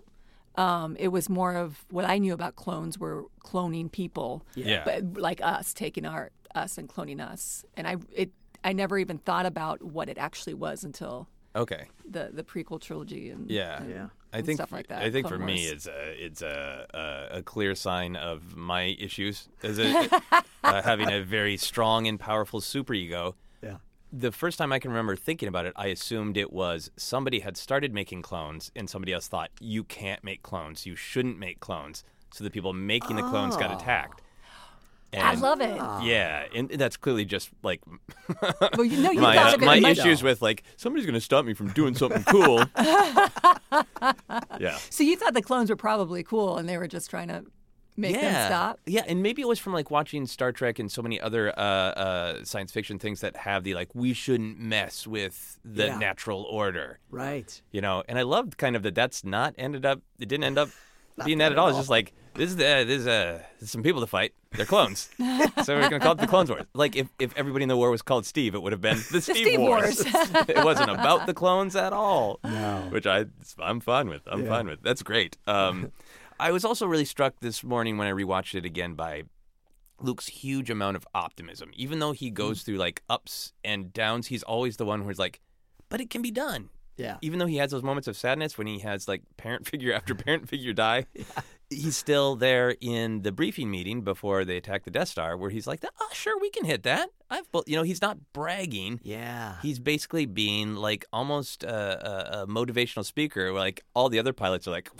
um, it was more of what I knew about clones were cloning people,
Yeah.
but like us taking our us and cloning us. And I it I never even thought about what it actually was until
Okay.
the the prequel trilogy and
Yeah.
and-
Yeah.
I
and
think
stuff like that.
I think
Clone
for me
Wars.
it's a it's a, a a clear sign of my issues as a, uh, having a very strong and powerful superego.
Yeah.
The first time I can remember thinking about it, I assumed it was somebody had started making clones and somebody else thought you can't make clones, you shouldn't make clones. So the people making the clones got attacked.
I
And-
love it.
Yeah, and that's clearly just like
Well, you know, you
my,
thought
uh,
of it
my
much-
issues with like somebody's going to stop me from doing something cool. yeah.
So you thought the clones were probably cool, and they were just trying to make them stop.
Yeah, and maybe it was from like watching Star Trek and so many other uh, uh, science fiction things that have the like we shouldn't mess with the
Yeah.
natural order,
Right.
you know. And I loved kind of that that's not ended up. It didn't end up being that at all. It's just like this is the, this is uh, there's some people to fight. They're clones, so we're gonna call it the Clones Wars. Like if, if everybody in the war was called Steve, it would have been the, Steve,
Steve
Wars.
Wars.
it wasn't about the clones at all. Which I I'm fine with. I'm fine with. That's great. Um, I was also really struck this morning when I rewatched it again by Luke's huge amount of optimism. Even though he goes through like ups and downs, he's always the one who's like, but it can be done.
Yeah.
Even though he has those moments of sadness when he has like parent figure after parent figure die, he's still there in the briefing meeting before they attack the Death Star where he's like, oh, sure, we can hit that. I've, bu-" you know, he's not bragging.
Yeah.
He's basically being like almost a, a, a motivational speaker. where, Like all the other pilots are like,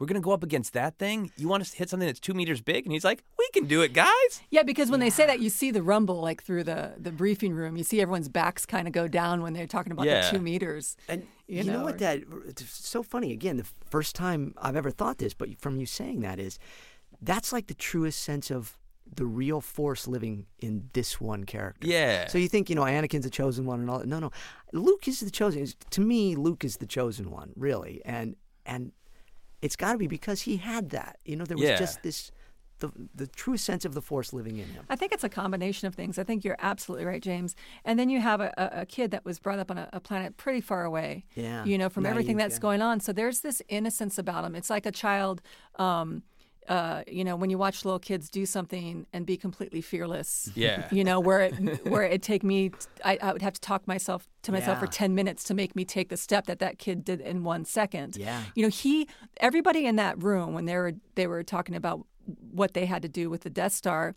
we're going to go up against that thing. You want us to hit something that's two meters big? And he's like, we can do it, guys.
Yeah, because when they say that, you see the rumble like through the the briefing room. You see everyone's backs kind of go down when they're talking about
Yeah.
the two meters.
And
you
you, know,
know,
what
or-
that it's so funny again the first time I've ever thought this but from you saying that is that's like the truest sense of the real force living in this one character.
Yeah.
So you think, you know, Anakin's the chosen one and all that. No, no. Luke is the chosen. is- To me, Luke is the chosen one, really. And and it's got to be because he had that. You know, there was
Yeah.
just this the the true sense of the force living in him.
I think it's a combination of things. I think you're absolutely right, James. And then you have a, a, a kid that was brought up on a, a planet pretty far away.
Yeah.
You know, from everything
Naive,
that's
yeah.
going on. So there's this innocence about him. It's like a child. Um, uh, you know, when you watch little kids do something and be completely fearless.
Yeah.
You know, where it where it take me, I, I would have to talk myself to myself for
Yeah.
ten minutes to make me take the step that that kid did in one second.
Yeah.
You know, he everybody in that room when they were they were talking about what they had to do with the Death Star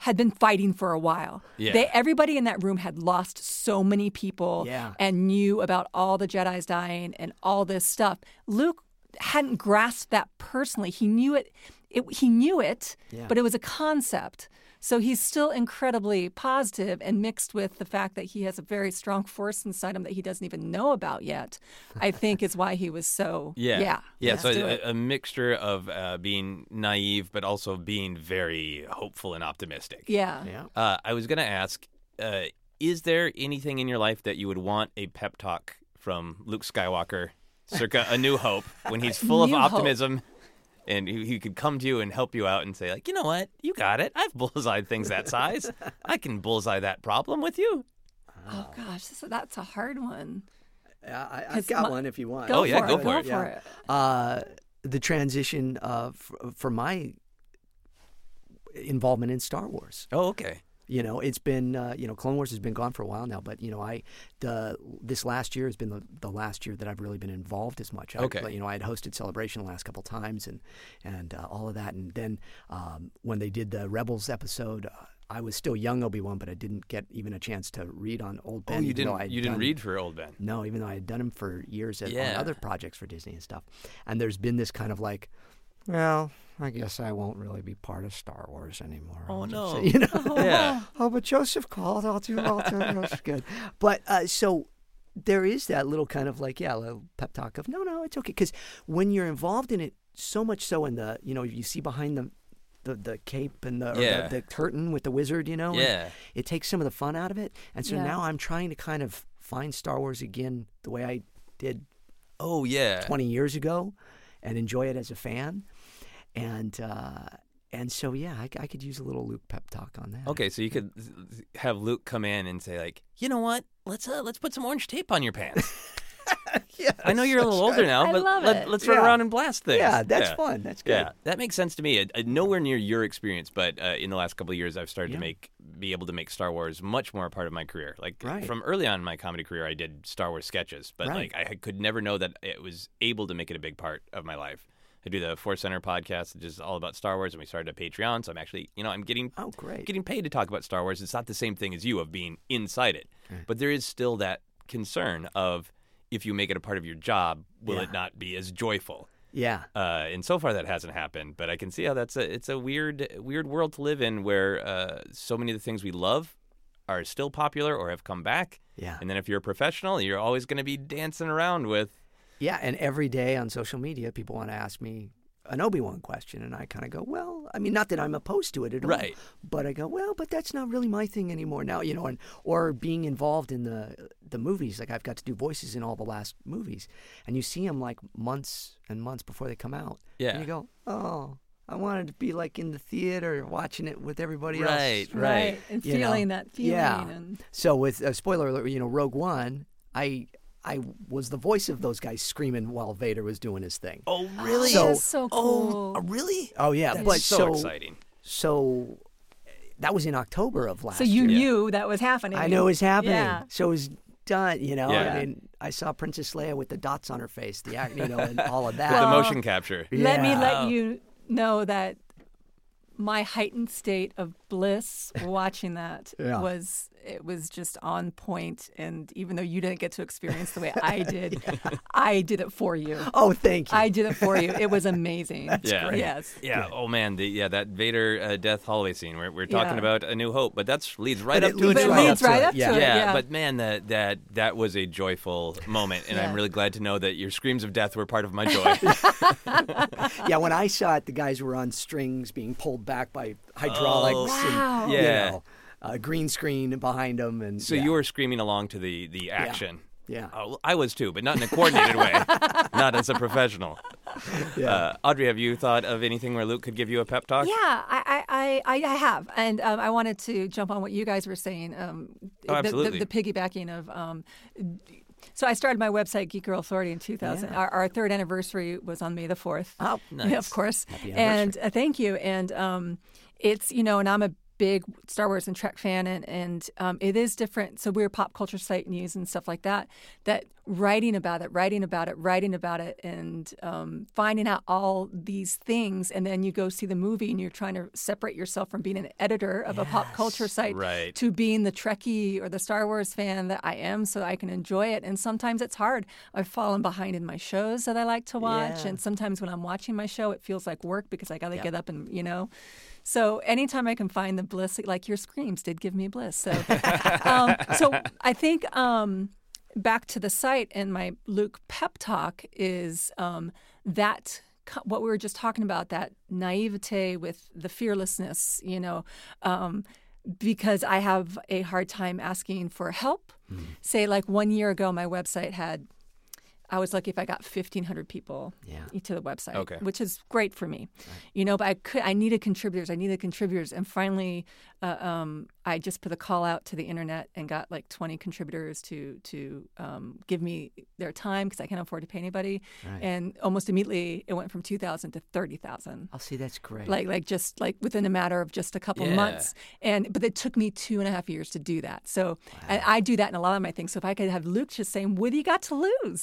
had been fighting for a while.
Yeah.
They everybody in that room had lost so many people
Yeah.
and knew about all the Jedi's dying and all this stuff. Luke hadn't grasped that personally. He knew it, it he knew it,
Yeah.
but it was a concept. So he's still incredibly positive and mixed with the fact that he has a very strong force inside him that he doesn't even know about yet. I think is why he was so
Yeah.
yeah. let's
so
do it.
a, a mixture of uh, being naive, but also being very hopeful and optimistic.
yeah.
Yeah.
Uh, I was going to ask uh, Is there anything in your life that you would want a pep talk from Luke Skywalker, circa A New Hope, when he's full
New
of
Hope.
optimism? And he, he could come to you and help you out and say, like, you know what? You got it. I've bullseyed things that size. I can bullseye that problem with you.
Oh gosh, this, that's a hard one.
I,
Because
I've got
my-
one if you want.
Go
Oh, yeah,
for
go
it.
for
go
it,
for
yeah.
it.
uh, the transition of for my involvement in Star Wars.
Oh, okay.
You know, it's been uh, you know Clone Wars has been gone for a while now, but you know I the this last year has been the, the last year that I've really been involved as much. I-
Okay.
you know I had hosted Celebration the last couple times and and uh, all of that, and then um, when they did the Rebels episode. Uh, I was still young Obi Wan, but I didn't get even a chance to read on Old Ben.
oh, you
even though
didn't
I'd
you didn't
done-
read for old Ben.
no, even though I had done them for years at,
Yeah.
on other projects for Disney and stuff. And there's been this kind of like, well, I guess I won't really be part of Star Wars anymore.
Oh,
I'll just
no.
say," you know?
Yeah.
oh, but Joseph called. I'll do. I'll do. That's good. But uh, so there is that little kind of like, yeah, little pep talk of no, no, it's okay. Because when you're involved in it so much, so in the you know you see behind the the, the cape and the, or
Yeah.
the the curtain with the wizard, you know. and
Yeah.
it takes some of the fun out of it, and so
Yeah.
now I'm trying to kind of find Star Wars again the way I did
Oh yeah.
20 years ago, and enjoy it as a fan, and uh, and so yeah, I, c- I could use a little Luke pep talk on that.
Okay, so you could have Luke come in and say like, "You know what? Let's uh, let's put some orange tape on your pants.
Yeah,
I know you're a little older now,
I
but
love it.
let, us run
Yeah.
around and blast things."
yeah, that's fun. That's good.
Yeah, that makes sense to me. Uh, uh, nowhere near your experience, but uh, in the last couple of years, I've started to
Yeah.
make be able to make Star Wars much more a part of my career. Like
Right.
from early on in my comedy career, I did Star Wars sketches, but
Right.
like I had- could never know that it was able to make it a big part of my life. I do the Four Center podcast, which is all about Star Wars, and we started a Patreon. So I'm actually, you know, I'm getting
Oh, great.
getting paid to talk about Star Wars. It's not the same thing as you of being inside it, but there is still that concern of if you make it a part of your job, will it
Yeah.
not be as joyful?
yeah.
Uh, and so far, that hasn't happened. But I can see how that's a it's a weird weird world to live in where uh, so many of the things we love are still popular or have come back.
Yeah.
And then if you're a professional, you're always going to be dancing around with
Yeah, and every day on social media, people want to ask me an Obi Wan question, and I kind of go, "Well, I mean, not that I'm opposed to it at all,
Right.
But I go, "Well, but that's not really my thing anymore now, you know." And or being involved in the the movies, like I've got to do voices in all the last movies, and you see them like months and months before they come out,
Yeah.
And you go, "Oh, I wanted to be like in the theater watching it with everybody
Right,
else."
right.
And
you know?
feeling that feeling.
Yeah.
And,
So with uh, spoiler alert, you know, Rogue One, I I was the voice of those guys screaming while Vader was doing his thing.
oh
oh,
really
So-
that's so cool.
oh really
Oh yeah, but
so,
so
exciting
so uh, that was in October of last
so you
year.
knew that was happening.
I know it was happening.
Yeah.
So it was done, you know.
Yeah.
I mean, I saw Princess Leia with the dots on her face, the acne, you know, and all of that.
with the
Well-
motion capture.
Let me
Yeah.
Oh.
let you know that my heightened state of bliss watching that
Yeah.
was it was just on point and even though you didn't get to experience the way I did, I did it for you.
oh, thank you.
I did it for you. It was amazing.
Yeah. great.
Yes.
Yeah. Oh man. The, yeah. That Vader uh, death hallway scene. We're, we're talking
Yeah.
about A New Hope, but that's leads right
But
up
it
to
leads
it.
But it leads right up to
Yeah.
it.
yeah,
Yeah.
but man, that that that was a joyful moment, and I'm
Yeah.
really glad to know that your screams of death were part of my joy.
yeah, when I saw it, the guys were on strings being pulled back by hydraulics.
Oh, wow.
and,
Yeah.
You know, uh, green screen behind them, and
so
yeah.
you were screaming along to the the action.
Yeah.
Oh, I was too, but not in a coordinated way, not as a professional.
Yeah.
Uh, Audrey, have you thought of anything where Luke could give you a pep talk?
Yeah, I, I, I, I have, and um, I wanted to jump on what you guys were saying. Um,
Oh,
the- the,
absolutely.
the, piggybacking of. Um, d- so I started my website, Geek Girl Authority, in 2000. Our, our third anniversary was on May the 4th.
Oh,
Yeah,
nice.
of course. and uh, thank you. And um, it's you know, and I'm a big Star Wars and Trek fan, and and um, it is different. So we're pop culture site news and stuff like that. That writing about it, writing about it, writing about it, and um, finding out all these things, and then you go see the movie, and you're trying to separate yourself from being an editor of a pop culture site
right.
to being the Trekkie or the Star Wars fan that I am, so I can enjoy it. And sometimes it's hard. I've fallen behind in my shows that I like to watch,
Yeah.
and sometimes when I'm watching my show, it feels like work because I got to get up and you know. So anytime I can find the bliss, like your screams did give me bliss. So, um, so I think um, back to the site and my Luke pep talk is um, that co- what we were just talking about that naivete with the fearlessness, you know. Um, because I have a hard time asking for help. Say, like one year ago, my website had I was lucky if I got 1,500 people to the website,
Okay.
which is great for me. You know, but I could, I needed contributors. I needed contributors, and finally, uh, um, I just put a call out to the internet and got like 20 contributors to to um, give me their time because I can't afford to pay anybody. And almost immediately, it went from 2,000 to 30,000
I'll see. That's great.
like like just like within a matter of just a couple
Yeah.
months and but it took me two and a half years to do that so and I, do that in a lot of my things so if i could have luke just saying what do you got to lose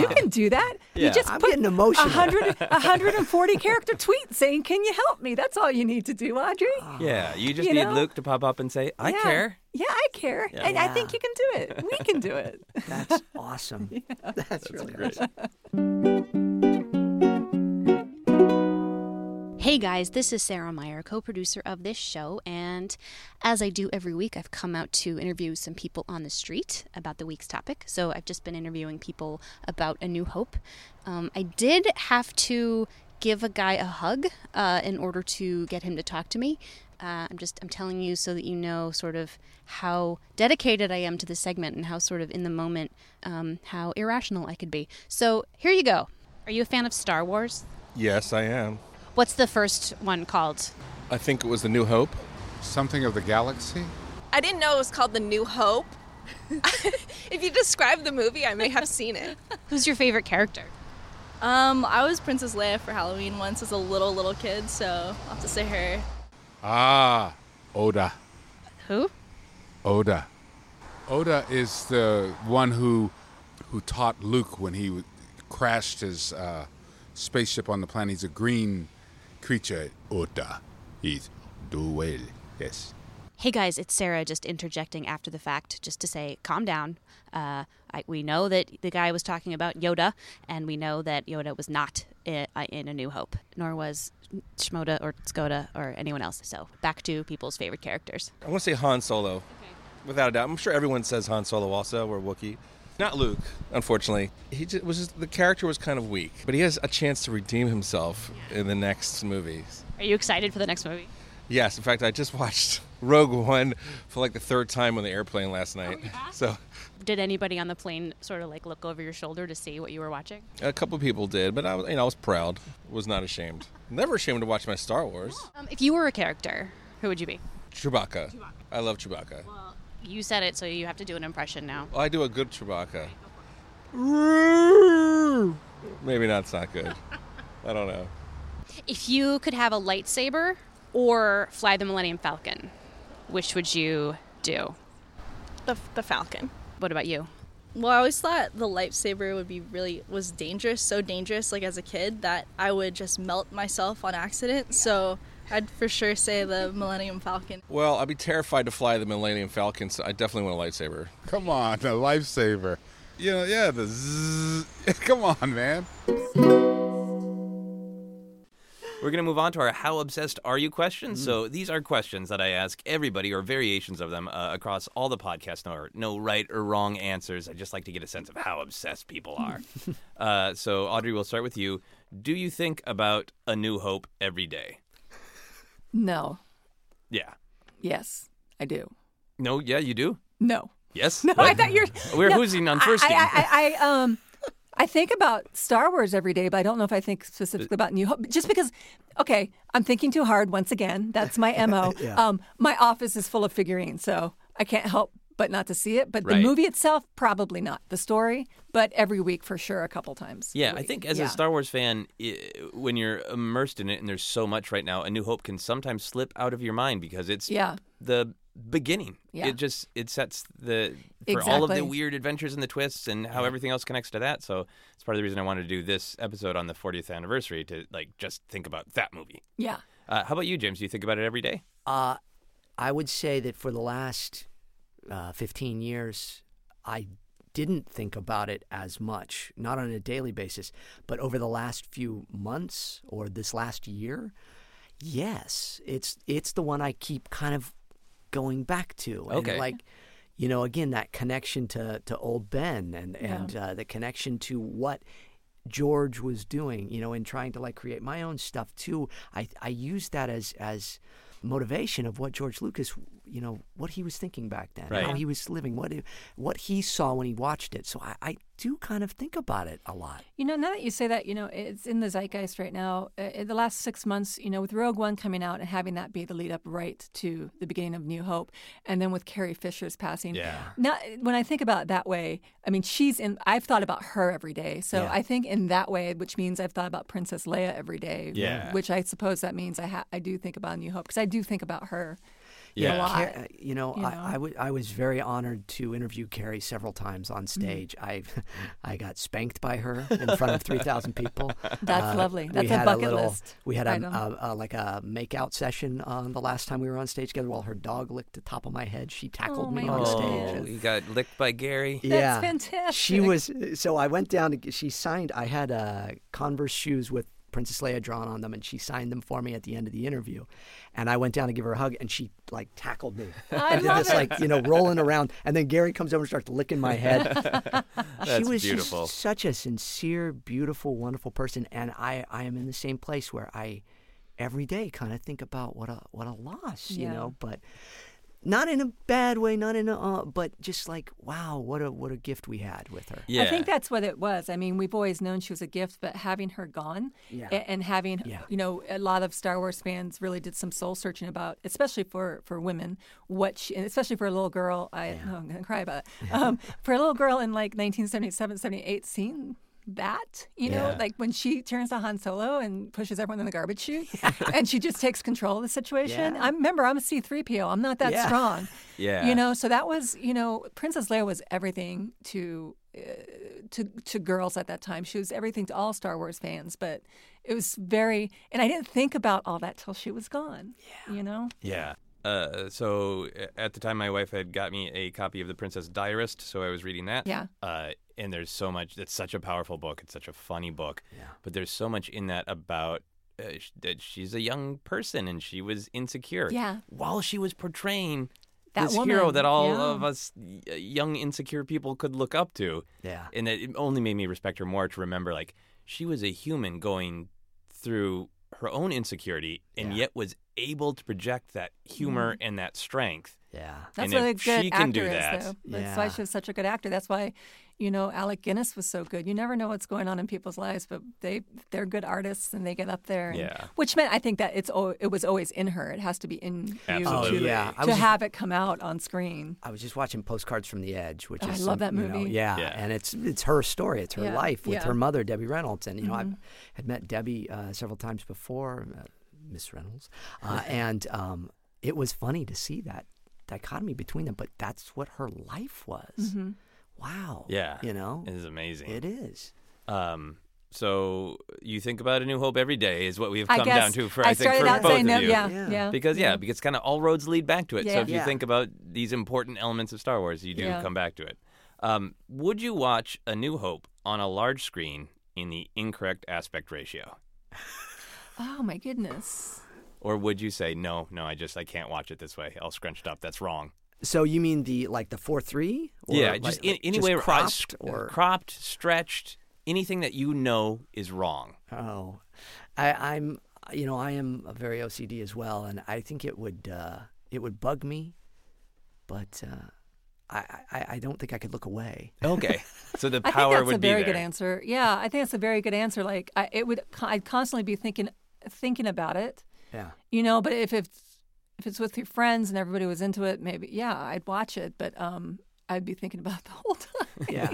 you can do that
Ah. Yeah.
you just
I'm
put
getting emotional.
100 140 character tweet saying can you help me that's all you need to do audrey
Yeah. You just
You
need
know?
Luke to pop up and say, Ah, "I
Yeah.
care."
yeah i care and i think you can do it we can do it
that's awesome. That's, really
Great.
Hey guys, this is Sarah Meyer, co producer of this show, and as I do every week, I've come out to interview some people on the street about the week's topic. So I've just been interviewing people about A New Hope. Um, I did have to give a guy a hug uh, in order to get him to talk to me. Uh, I'm just I'm telling you so that you know sort of how dedicated I am to this segment and how sort of in the moment um, how irrational I could be. So here you go. Are you a fan of Star Wars?
Yes, I am.
What's the first one called?
I think it was The New Hope.
Something of the Galaxy?
I didn't know it was called The New Hope. if you describe the movie, I may have seen it.
Who's your favorite character?
Um, I was Princess Leia for Halloween once as a little little kid, so I'll have to say her.
Ah, Oda.
Who?
Oda. Oda is the one who who taught Luke when he crashed his uh, spaceship on the planet. He's a green creature. Oda. He's do well. Yes.
Hey guys, it's Sarah just interjecting after the fact just to say, calm down. Uh, I, we know that the guy was talking about Yoda, and we know that Yoda was not in, in A New Hope, nor was Shmoda or Skoda or anyone else. So back to people's favorite characters.
I want to say Han Solo, without a doubt. I'm sure everyone says Han Solo also, or Wookiee. Not Luke, unfortunately. He just, was just, the character was kind of weak, but he has a chance to redeem himself in the next movies.
Are you excited for the next movie?
Yes, in fact, I just watched Rogue One for like the third time on the airplane last night. So
Did anybody on the plane sort of like look over your shoulder to see what you were watching?
a couple people did, but I was, you know, I was proud. Was not ashamed. Never ashamed to watch my Star Wars.
Um, if you were a character, who would you be?
Chewbacca. I love Chewbacca.
You said it, so you have to do an impression now.
I do a good Chewbacca. Maybe not. It's not good. I don't know.
If you could have a lightsaber or fly the Millennium Falcon, which would you do?
The, the Falcon.
What about you?
Well, I always thought the lightsaber would be really was dangerous, so dangerous like as a kid that I would just melt myself on accident. So I'd for sure say the Millennium Falcon.
Well, I'd be terrified to fly the Millennium Falcon, so I definitely want a lightsaber.
Come on, a lifesaver. You know, yeah, the zzz. Come on, man.
We're going to move on to our How Obsessed Are You
Mm.
questions. So these are questions that I ask everybody or variations of them uh, across all the podcasts. No, no right or wrong answers. I just like to get a sense of how obsessed people are. uh, so, Audrey, we'll start with you. Do you think about A New Hope every day?
No.
Yeah.
Yes, I do.
No, yeah, you do?
No.
Yes?
No, I
What?
thought you're.
We're
no,
hoosing on
I-
first
I, I, I, I, um, I think about Star Wars every day, but I don't know if I think specifically about New Hope. Just because, okay, I'm thinking too hard once again. That's my mo. um, my office is full of figurines, so I can't help but not to see it. But
Right.
the movie itself, probably not. The story, but every week for sure, a couple times.
Yeah,
a
I
week.
think as
Yeah.
a Star Wars fan, i when you're immersed in it, and there's so much right now, A New Hope can sometimes slip out of your mind because it's
Yeah.
the beginning.
Yeah.
It just it sets the for all of
Exactly.
the weird adventures and the twists and how everything else connects to that. So it's part of the reason I wanted to do this episode on the 40th anniversary to like just think about that movie.
Yeah.
Uh, how about you, James? Do you think about it every day?
Uh, I would say that for the last uh, 15 years, I didn't think about it as much, not on a daily basis, but over the last few months or this last year, yes, it's it's the one I keep kind of going back to. And
Okay.
like, you know, again, that connection to, to old Ben and, and uh, the connection to what George was doing, you know, in trying to like create my own stuff too. I, I use that as, as motivation of what George Lucas, you know, what he was thinking back then,
Right.
how he was living, what, he- what he saw when he watched it. So I, I do kind of think about it a lot.
You know, now that you say that, you know, it's in the zeitgeist right now. Uh, in the last six months, you know, with Rogue One coming out and having that be the lead up right to the beginning of New Hope, and then with Carrie Fisher's passing.
Yeah.
Now, when I think about it that way, I mean, she's in, I've thought about her every day. So
Yeah.
I think in that way, which means I've thought about Princess Leia every day.
Yeah.
Which I suppose that means I, ha- I do think about New Hope because I do think about her a
Yeah.
lot.
Car- uh, you know,
you
I I
know?
wa- I was very honored to interview Carrie several times on stage. I I got spanked by her in front of 3,000 people.
That's lovely.
Uh, we
That's a
had
bucket
little,
list
We had a,
item.
a, a, like a makeout session um, the last time we were on stage together while her dog licked the top of my head. She tackled
Oh,
me
my
on
goodness.
stage.
Oh, you got licked by Gary.
That's
She
fantastic.
was so I went down. to- She signed. I had uh, Converse shoes with Princess Leia drawn on them, and she signed them for me at the end of the interview. And I went down to give her a hug, and she like tackled me.
I
did
love
this
it.
like you know rolling around, and then Gary comes over and starts licking my head.
That's
she was
beautiful.
just such a sincere, beautiful, wonderful person, and I, I am in the same place where I every day kind of think about what a what a loss, you
Yeah.
know, but not in a bad way, not in a uh, but just like wow, what a what a gift we had with her.
Yeah.
I think that's what it was. I mean, we've always known she was a gift, but having her gone
Yeah.
a- and having,
Yeah.
you know, a lot of Star Wars fans really did some soul searching about, especially for, for women, what she, and especially for a little girl. I, oh, I'm going to cry about it. Um, for a little girl in like 1977, 78, seeing that, you know,
Yeah.
like when she turns to Han Solo and pushes everyone in the garbage chute and she just takes control of the situation.
Yeah.
I remember I'm a C3PO, I'm not that
Yeah.
strong.
Yeah.
You know, so that was, you know, Princess Leia was everything to uh, to to girls at that time. She was everything to all Star Wars fans, but it was very and I didn't think about all that till she was gone. Yeah. You know?
Yeah. Uh, so uh, at the time, my wife had got me a copy of The Princess Diarist, so I was reading that.
Yeah.
Uh, and there's so much. It's such a powerful book. It's such a funny book. Yeah. But there's so much in that about uh, sh- that she's a young person and she was insecure.
Yeah.
While she was portraying
That
this hero
woman,
that all
yeah.
of us y- uh, young insecure people could look up to.
Yeah.
And it it only made me respect her more to remember like she was a human going through her own insecurity and
Yeah.
yet was able to project that humor
Mm-hmm.
and that strength.
Yeah.
That's
And if
what a good actor
she can do
is,
that-
though. That's why
Yeah.
she was such a good actor. That's why, you know, Alec Guinness was so good. You never know what's going on in people's lives, but they they're good artists and they get up there. and-
Yeah.
Which meant I think that it's al- it was always in her. It has to be in
Absolutely.
you to,
Oh, yeah. I
to
was-
have it come out on screen.
I was just watching Postcards from the Edge, which
Oh, I
is
love
some-
that
you know,
movie.
yeah,
Yeah.
and it's it's her story, it's her
Yeah,
life with
yeah. Mm-hmm.
her mother, Debbie Reynolds, and you know I had met Debbie uh, several times before, uh, Miss Reynolds, uh, and um, it was funny to see that dichotomy between them. But that's what her life was.
Mm-hmm.
Wow.
Yeah.
You know,
It is amazing.
it is.
Um, so you think about a new hope every day is what we have come
I guess
down to for I,
I
think
started
for
out
both
saying
of
no,
you.
yeah,
Yeah.
yeah, Mm-hmm.
Because yeah, because kind of all roads lead back to it. So
Yeah.
if you
Yeah.
think about these important elements of Star Wars, you do
Yeah.
come back to it. Um, would you watch A New Hope on a large screen in the incorrect aspect ratio,
Oh my goodness.
or would you say no, no, I just I can't watch it this way. I'll scrunch it up. That's wrong.
So you mean the like the four three?
yeah, just in, any way or- uh, s-
cropped or
cropped, stretched, anything that you know is wrong.
Oh, I, I'm you know I am a very OCD as well, and I think it would uh, it would bug me, but uh, I, I I don't think I could look away.
Okay, so the
I
power
think that's
would
a very
be there.
good answer. Yeah, I think that's a very good answer. Like I, it would, I'd constantly be thinking, thinking about it.
Yeah,
you know but if it's if it's with your friends and everybody was into it maybe yeah i'd watch it but um i'd be thinking about it the whole time
yeah,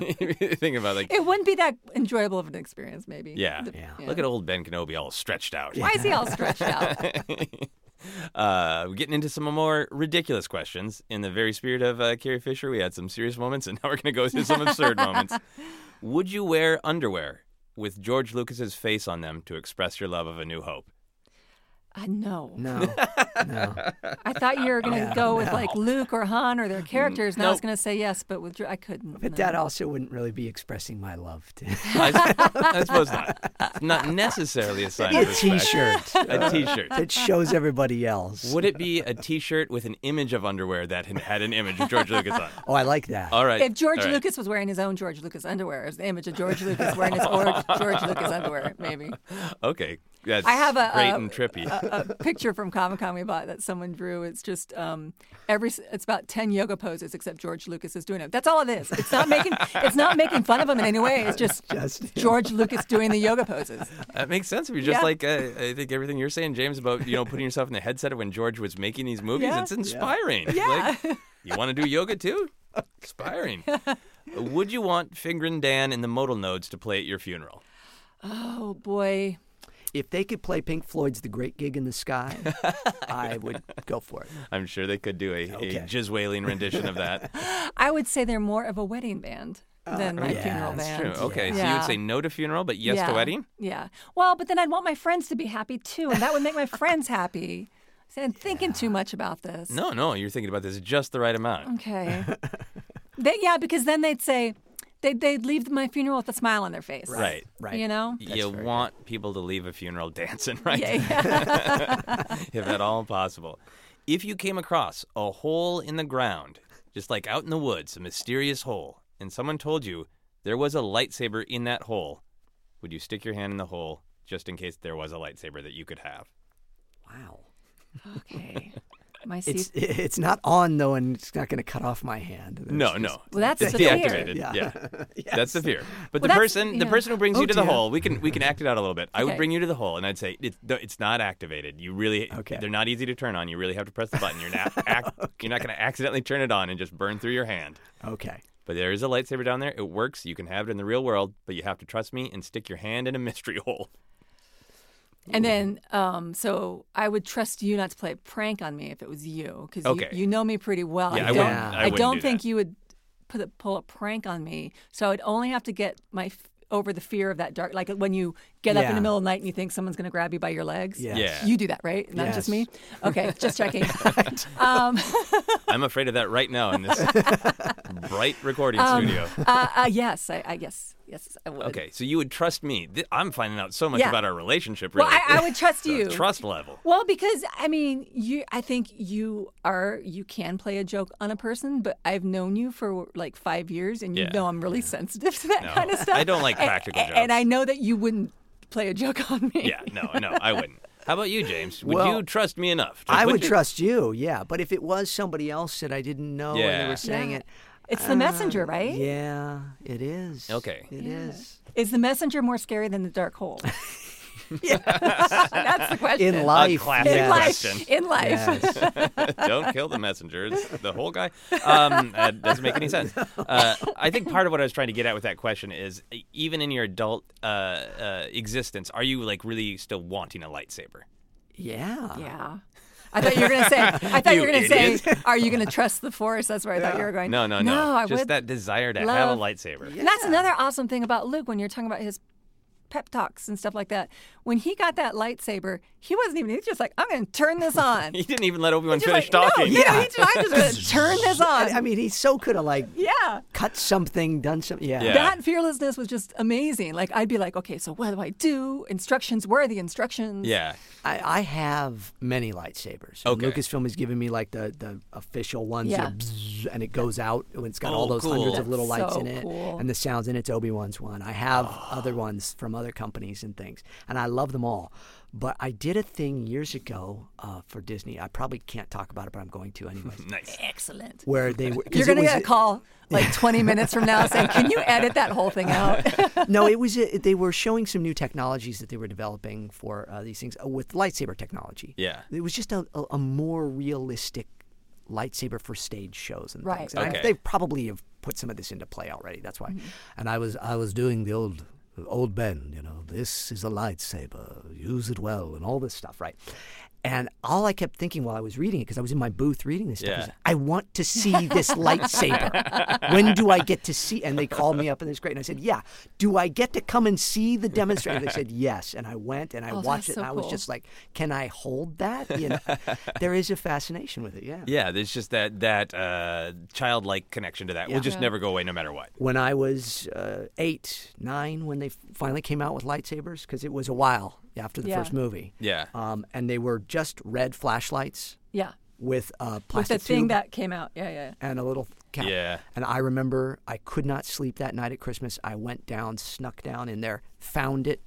Think about like
it wouldn't be that enjoyable of an experience maybe
Yeah.
The-
Yeah.
Look at old Ben Kenobi all stretched out.
why is he all stretched out
Uh, we're getting into some more ridiculous questions. In the very spirit of uh, Carrie Fisher, we had some serious moments, and now we're going to go through some absurd moments. Would you wear underwear with George Lucas's face on them to express your love of A New Hope?
i know
no, no,
i thought you were going to go with like luke or han or their
Mm,
characters and i was going to say yes but with Dr- i couldn't
but
no.
that also wouldn't really be expressing my love to
I, s- I suppose not. It's not necessarily a sign
a
of respect.
T-shirt
A T-shirt.
that shows everybody else.
Would it be a T-shirt with an image of underwear that had an image of George Lucas on?
Oh, I like that.
All right.
if George
all right.
Lucas was wearing his own George Lucas underwear, it's the image of George Lucas wearing his own George Lucas underwear, maybe.
Okay. That's
I have a
great
uh,
and trippy.
a, a picture from Comic Con we bought that someone drew. It's just um, every. s- It's about ten yoga poses, except George Lucas is doing it. That's all it is. It's not making. It's not making fun of him in any way. It's just,
Just-
George Lucas doing the yoga poses.
That makes sense. If you're just
Yeah.
like uh, I think everything you're saying, James, about you know putting yourself in the headset of when George was making these movies,
Yeah.
it's inspiring. Yeah. Like, you want to do yoga too? Inspiring. Would you want Finger and Dan and the modal nodes to play at your funeral?
Oh boy.
If they could play Pink Floyd's "The Great Gig in the Sky," I would go for it.
I'm sure they could do a,
Okay.
a jizz wailing rendition of that.
I would say they're more of a wedding band than my
yeah,
funeral
that's
band.
True. Okay, so you
Yeah.
would say no to funeral, but yes
yeah.
to wedding.
Yeah. Well, but then I'd want my friends to be happy too, and that would make my friends happy. See, I'm thinking too much about this.
No, no, you're thinking about this just the right amount.
Okay. they, yeah, because then they'd say, they'd, they'd leave my funeral with a smile on their face.
Right.
Right.
You know?
you
very
want people to leave a funeral dancing, right?
Yeah, yeah.
if at all possible. If you came across a hole in the ground, just like out in the woods, a mysterious hole, and someone told you there was a lightsaber in that hole, would you stick your hand in the hole just in case there was a lightsaber that you could have?
Wow.
Okay. My
It's
seat.
it's not on though, and it's not going to cut off my hand. That's
No,
just-
no.
Well, that's
it's
the fear.
deactivated. Yeah. That's the fear. But
Well,
the
that's-
person, the
yeah.
person who brings
Oh,
you to the
dear.
hole, we can we can act it out a little bit. I would
Okay.
bring you to the hole, and I'd say it's no, it's not activated. You really,
Okay.
they're not easy to turn on. You really have to press the button. You're not ac you're not going to accidentally turn it on and just burn through your hand.
Okay.
But there is a lightsaber down there. It works. You can have it in the real world, but you have to trust me and stick your hand in a mystery hole.
And then, um, so I would trust you not to play a prank on me if it was you, because
Okay.
you, you know me pretty well.
Yeah, I
don't,
wouldn't- I wouldn't
don't
do
think
that.
you would put a, pull a prank on me. So I'd only have to get my f- over the fear of that dark, like when you get up in
Yeah.
the middle of the night and you think someone's going to grab you by your legs.
Yes.
Yeah.
You do that, right? Not just me.
Yes.
Okay, just checking. um,
I'm afraid of that right now in this bright recording studio.
uh, uh, yes, I, I guess, yes, I would.
Okay, so you would trust me. Th- I'm finding out so much
Yeah.
about our relationship. Really, Oh,
Well, I, I would trust
The
you.
trust level.
Well, because I mean, you. I think you are. You can play a joke on a person, but I've known you for like five years, and you
Yeah.
know I'm really sensitive to that
No,
kind of stuff.
I don't like
And-
practical
and,
jokes.
I know that you wouldn't play a joke on me.
Yeah, no, no, I wouldn't. How about you, James? Would
Well,
you trust me enough? to
I
put
would
your-
trust you, yeah. But if it was somebody else that I didn't know and
Yeah.
they were saying
Yeah.
it,
It's the messenger, right?
Ah, yeah, it is.
Okay.
it is.
Is the messenger more scary than the dark hole? yeah, that's the question.
In
A
life,
classic
In
yes.
life.
question.
In life.
Yes.
Don't kill the messenger. It's the whole guy. Um, that doesn't make any sense. Uh, I think part of what I was trying to get at with that question is, e- even in your adult uh, uh, existence, are you like really still wanting a lightsaber?
yeah.
Yeah. I thought you were gonna say. I thought you,
You
were gonna say,
idiot.
"Are you gonna trust the force?" That's where I thought you were going.
No, no, no.
no. I
Just
would
that desire to have a
love-
lightsaber.
And that's another awesome thing about Luke when you're talking about his pep talks and stuff like that. When he got that lightsaber, he wasn't even, he was just like, I'm going to turn this on.
He didn't even let Obi Wan
Just
finish
like, no,
talking.
you know, he just, I'm just going to turn this on.
I, I mean, he so could have like
yeah.
cut something, done something. Yeah.
Yeah.
That fearlessness was just amazing. Like, I'd be like, okay, so what do I do? Instructions, where are the instructions?
yeah.
I, I have many lightsabers. And
Okay.
Lucasfilm has given me like the, the official ones,
Yeah.
that are bzzz, and it goes out when it's got all
Oh,
those
cool.
hundreds of little
That's
lights
so
in it
cool.
and the sounds, and it's Obi Wan's one. I have
Ah.
other ones from other companies and things, and I love them all. But I did a thing years ago uh, for Disney. I probably can't talk about it, but I'm going to anyways.
Nice.
Excellent.
where they were 'cause
You're
it
going to
was-
get a call like 20 minutes from now saying, can you edit that whole thing out?
no, it was a, they were showing some new technologies that they were developing for uh, these things uh, with lightsaber technology.
Yeah.
it was just a, a, a more realistic lightsaber for stage shows and
Right, Mm-hmm.
things. And I-
Okay.
they probably have put some of this into play already. That's why.
And I was I was doing the old old Ben, you know, this is a lightsaber, use it well, and all
All this stuff, right? And all I kept thinking while I was reading it, because I was in my booth reading this stuff,
Yeah.
is I want to see this lightsaber. when do I get to see? And they called me up, and it's great. And I said, Yeah. Do I get to come and see the demonstration? They said, Yes. And I went and I
Oh,
watched
that's
it,
so
and I was
cool.
just like, Can I hold that? You know, there is a fascination with it. Yeah.
Yeah, there's just that that uh, childlike connection to that. We'll just never go away, no matter what.
when I was uh, eight, nine, when they f- finally came out with lightsabers, because it was a while after the
Yeah.
first movie.
Yeah.
Oh,
Um, and they were just red flashlights
yeah.
with a
With
plastic
the thing
tube
that came out. Yeah, yeah.
and a little cap.
Yeah.
And I remember I could not sleep that night at Christmas. I went down, snuck down in there, found it,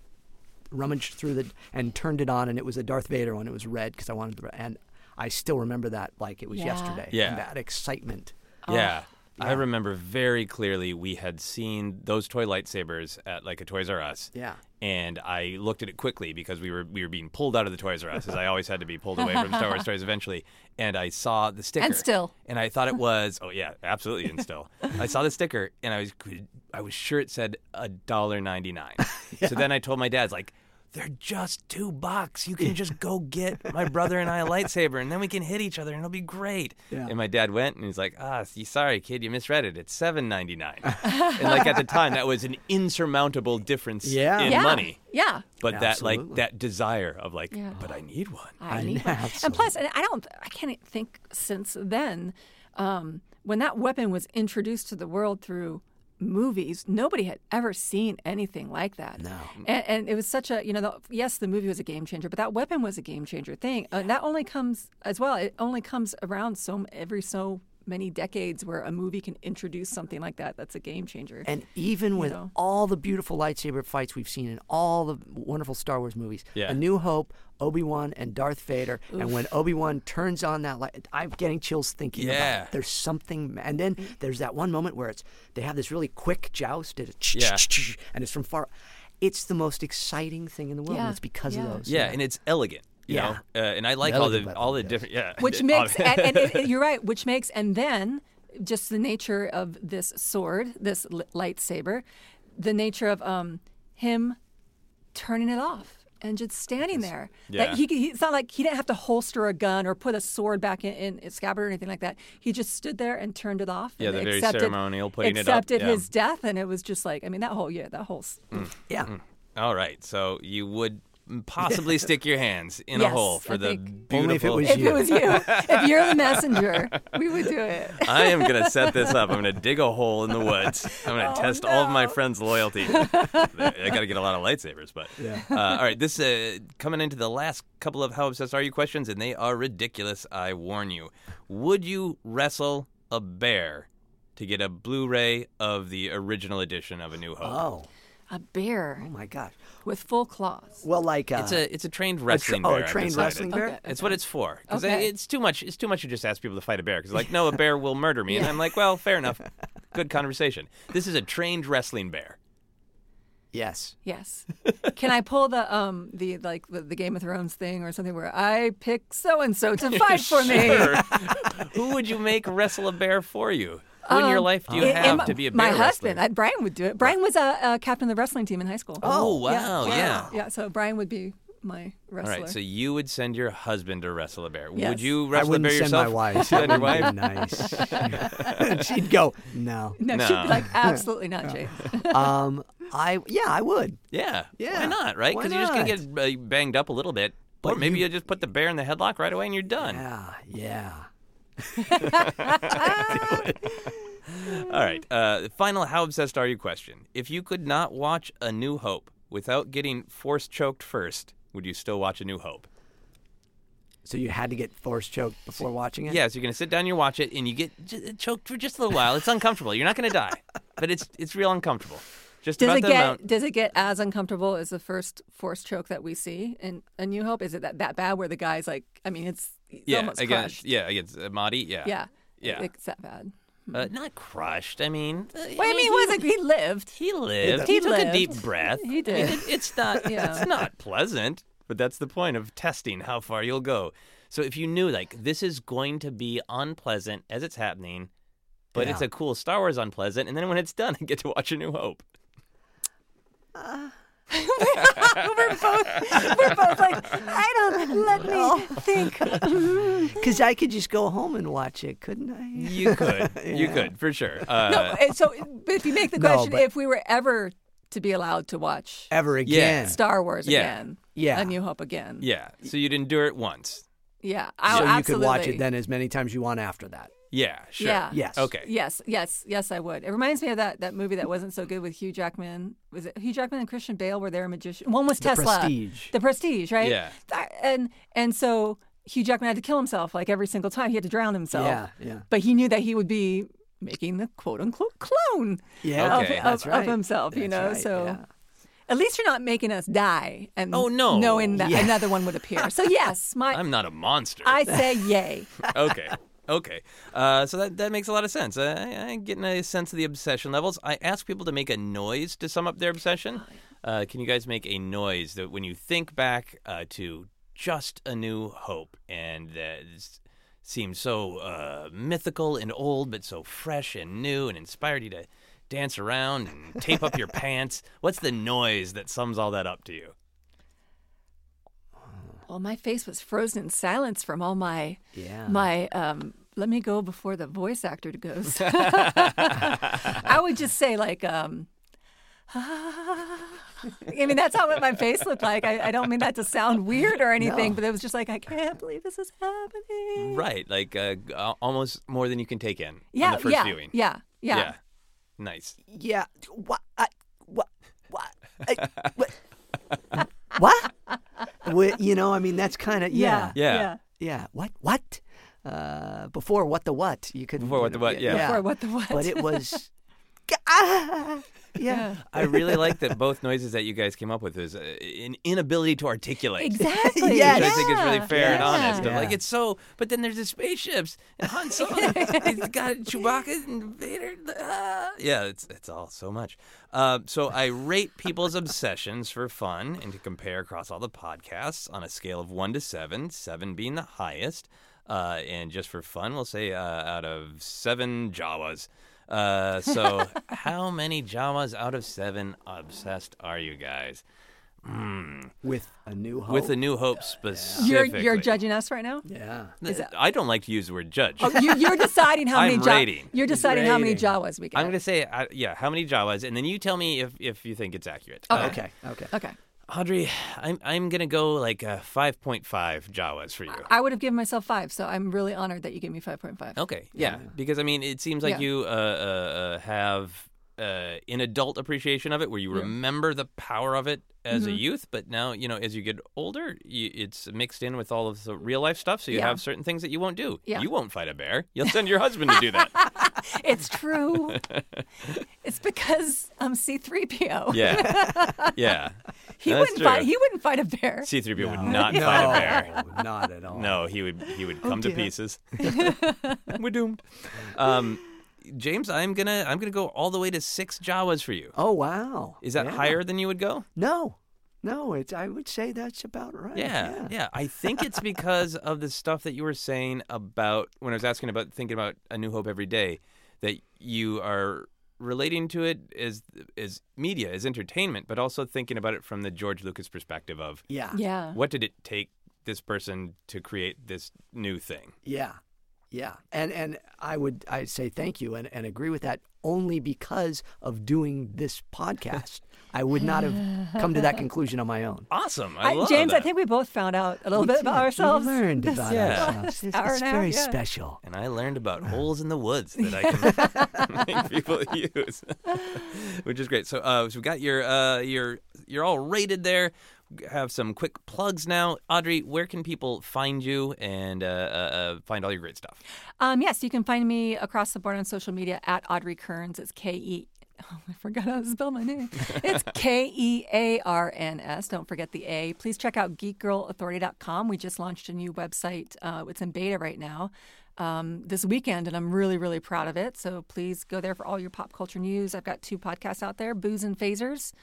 rummaged through the and turned it on, and it was a Darth Vader one. It was red because I wanted the and I still remember that like it was
Yeah.
yesterday. And
Yeah.
that excitement.
Yeah. I remember very clearly we had seen those toy lightsabers at like a Toys R Us.
Yeah.
And I looked at it quickly because we were we were being pulled out of the Toys R Us as I always had to be pulled away from Star Wars toys eventually. And I saw the sticker.
still.
And I thought it was oh yeah, absolutely and still. I saw the sticker and I was I was sure it said a dollar ninety nine. So then I told my dad's like they're just two bucks. You can just go get my brother and I a lightsaber, and then we can hit each other, and it'll be great. And my dad went, and he's like, "Ah, s- you sorry, kid, you misread it. It's seven ninety nine. and like at the time, that was an insurmountable difference
Yeah.
in
Yeah.
money.
Yeah.
But that like
Absolutely.
that desire of like,
Yeah.
but I need one.
I
I
need
know,
one. And plus, and I don't, I can't think since then, um, when that weapon was introduced to the world through movies, nobody had ever seen anything like that. No. And, and it was such a, you know, the, yes, the movie was a game changer, but that weapon was a game changer thing. Uh, that only comes as well. It only comes around so m- every so many decades where a movie can introduce something like that. That's a game changer.
And even with
know?
all the beautiful lightsaber fights we've seen in all the wonderful Star Wars movies,
Yeah.
A New Hope, Obi Wan, and Darth Vader, and when Obi Wan turns on that light, I'm getting chills thinking
Yeah.
about it. There's something, ma- and then there's that one moment where it's they have this really quick joust, and it's,
Yeah.
and it's from far. It's the most exciting thing in the world.
Yeah,
And it's because
yeah.
of those.
Yeah, and it's elegant. You
Yeah.
know? uh, and I like all
Elegant
the
weapon,
all the
yes.
different. Yeah,
which makes and, and it, it- you're right which makes and then just the nature of this sword this li- lightsaber the nature of um him turning it off and just standing there
Yeah.
that he, he it's not like he didn't have to holster a gun or put a sword back in, in its scabbard or anything like that he just stood there and turned it off
Yeah,
and
the very
accepted,
ceremonial putting it up,
accepted
yeah. Mm.
his death and it was just like i mean that whole yeah that whole s-
Yeah.
all right. So you would possibly stick your hands in a
Yes,
hole for
I
the
think-
beautiful.
Only if it was
if
you.
it was you if you're the messenger we would do it
I am gonna set this up. I'm gonna dig a hole in the woods. I'm gonna test all of my friends' loyalty. I gotta get a lot of lightsabers, but uh, all right. This uh, coming into the last couple of how obsessed are you questions, and they are ridiculous. I warn you. Would you wrestle a bear to get a Blu-ray of the original edition of A New Hope?
Oh,
a bear
oh my gosh.
with full claws
Well, like uh,
It's a it's a trained wrestling
oh,
bear.
a
I've
trained
decided.
wrestling bear.
It's what it's for. Because
Okay.
it's too much. It's too much to just ask people to fight a bear. Because like, no, a bear will murder me, and I'm like, well, fair enough. Good conversation. This is a trained wrestling bear.
Yes.
Yes. Can I pull the um the like the, the Game of Thrones thing or something where I pick so and so to fight for me?
Sure. Who would you make wrestle a bear for you? Who in
Um,
your life do you
And- and
have
my-
to be a bear?
My
wrestler?
husband, I, Brian would do it. Brian was a, a captain of the wrestling team in high school.
Oh, wow,
Yeah.
yeah.
Yeah, so Brian would be my
All
wrestler.
right, so you would send your husband to wrestle a bear. Would
Yes.
you
I
wrestle a
wouldn't
bear
send
yourself?
my wife.
Send your
That
wife?
wouldn't be
And she'd go, no.
no, she'd
No.
be like, absolutely not, Jake.
Um, I yeah, I would.
Yeah.
Yeah.
Why not? Right?
Why
Because you're just gonna
not?
get uh, banged up a little bit, or
But
maybe
you-
you... just put the bear in the headlock right away and you're done.
Yeah, Ah, yeah.
All right. Uh, final how obsessed are you question. If you could not watch A New Hope without getting force choked first, would you still watch A New Hope?
So you had to get force choked before watching it.
Yeah, so you're going to sit down, you watch it, and you get j- uh, choked for just a little while. It's uncomfortable. You're not going to die, but it's it's real uncomfortable. Just
Does
about
it
the
get
amount.
does it get as uncomfortable as the first force choke that we see in A New Hope? Is it that, that bad where the guy's like I mean it's, he's
Yeah,
almost
against
crushed.
yeah against uh, Mahdi. Yeah,
Yeah.
yeah.
It's that bad.
Uh, not crushed. I mean, uh,
Well, I mean, it wasn't he lived.
He lived.
He
He, took a
lived.
deep breath.
He did.
It- it's not.
Yeah.
It's not pleasant. But that's the point of testing how far you'll go. So if you knew like this is going to be unpleasant as it's happening, but it's
Yeah.
a cool Star Wars unpleasant, and then when it's done, I get to watch A New Hope.
we're both we're both like I don't let me think.
because I could just go home and watch it, couldn't I?
You could. You could for sure. Uh,
No, and so but if you make the
No,
question,
but-
if we were ever to be allowed to watch
Ever again?
Star Wars
Yeah.
again,
Yeah.
A New Hope again,
Yeah. So you'd endure it once.
yeah,
So
I,
you
absolutely.
could watch it then as many times you want after that.
Yeah. Sure.
Yeah.
Yes.
Okay.
Yes, yes, yes, I would. It reminds me of that, that movie that wasn't so good with Hugh Jackman. Was it Hugh Jackman and Christian Bale were there a magician? One was Tesla.
Prestige.
The Prestige, right?
Yeah.
That- and and so Hugh Jackman had to kill himself like every single time. He had to drown himself.
Yeah, yeah.
But he knew that he would be making the quote unquote clone
Yeah,
of,
Okay.
of,
that's
of
right.
himself, you
That's
know? So
right, yeah.
at least you're not making us die and
Oh, no.
knowing that
Yeah.
another one would appear. So yes, my
I'm not a monster.
I say yay.
okay. Okay. Uh, so that, that makes a lot of sense. I, I- I'm getting a sense of the obsession levels. I ask people to make a noise to sum up their obsession. Uh, can you guys make a noise that when you think back uh, to just a new hope and that s- seems so uh, mythical and old, but so fresh and new and inspired you to dance around and tape up your pants? What's the noise that sums all that up to you?
Well, my face was frozen in silence from all my
Yeah.
Uh-huh.
my um let me go before the voice actor goes. I would just say like um I mean that's not what my face looked like. I, I don't mean that to sound weird or anything, but it was just like I can't believe this is happening.
Right. Like uh, g- al- almost more than you can take in on
Yeah,
the first
yeah,
viewing.
yeah, yeah,
Nice.
Yeah. What? I, what? What? I, what? what? Wh- You know, I mean, that's kind of yeah,
Yeah.
yeah. What? What? uh, before what the what you could
Before What the What, yeah.
Before What the What.
but it was Ah, yeah.
I really like that both noises that you guys came up with is uh, an inability to articulate.
Exactly.
Yes.
Which I think is really fair and
Yeah.
honest. uh, I'm
Yeah.
Like it's so, but then there's the spaceships and Han Solo. it's got Chewbacca and Vader. ah. Yeah, it's it's all so much. Uh, so I rate people's obsessions for fun and to compare across all the podcasts on a scale of one to seven, seven being the highest. Uh, and just for fun, we'll say uh, out of seven Jawas. Uh, so how many Jawas out of seven obsessed are you guys?
with a new hope.
With a New Hope
You're
specifically.
you're judging us right now.
yeah.
I don't like to use the word judge.
Oh, you, you're deciding how many
I'm
Jaw-
rating.
You're deciding how many Jawas we get.
I'm going to say, uh, yeah, how many Jawas, and then you tell me if, if you think it's accurate. Uh,
Okay. Okay.
Okay.
Audrey, I'm, I'm going to go like uh, 5.5 Jawas for you.
I would have given myself five, so I'm really honored that you gave me 5.5.
Okay, yeah, because I mean, it seems like
Yeah.
you uh, uh, uh, have uh, an adult appreciation of it, where you remember the power of it as
Mm-hmm.
a youth, but now you know as you get older, you, it's mixed in with all of the real life stuff. So you
Yeah.
have certain things that you won't do.
Yeah.
You won't fight a bear. You'll send your husband to do that.
It's true. it's because um C3PO.
Yeah, yeah.
He
That's
wouldn't
true.
fight he wouldn't fight a bear.
C-3PO would not
no,
fight a bear.
Not at all.
No, he would he would come to pieces. We're doomed. Um, James, I'm gonna I'm gonna go all the way to six Jawas for you.
Oh wow.
Is that
Yeah.
higher than you would go?
No. No, it's I would say that's about right.
Yeah, yeah, I think it's because of the stuff that you were saying about when I was asking about thinking about A New Hope every day, that you are relating to it as as media, as entertainment, but also thinking about it from the George Lucas perspective of
Yeah.
Yeah.
what did it take this person to create this new thing?
Yeah. Yeah. And and I would I say thank you and, and agree with that only because of doing this podcast. I would not have come to that conclusion on my own.
Awesome, I,
I-
love
James, I
that.
think we both found out a little bit about
We
ourselves.
learned
this-
about
Yeah.
ourselves. It's,
hour
it's
and a half,
very
yeah.
special.
And I learned about holes in the woods that I can make people use, which is great. So, uh, so we got your uh, your you're all rated there. Have some quick plugs now, Audrey. Where can people find you and uh, uh, uh, find all your great stuff?
Um, yes, you can find me across the board on social media at Audrey Kearns. It's K E. Oh, I forgot how to spell my name. It's K E A R N S. Don't forget the A. Please check out geekgirlauthority.com. We just launched a new website. Uh, it's in beta right now um, this weekend, and I'm really, really proud of it. So please go there for all your pop culture news. I've got two podcasts out there Booze and Phasers,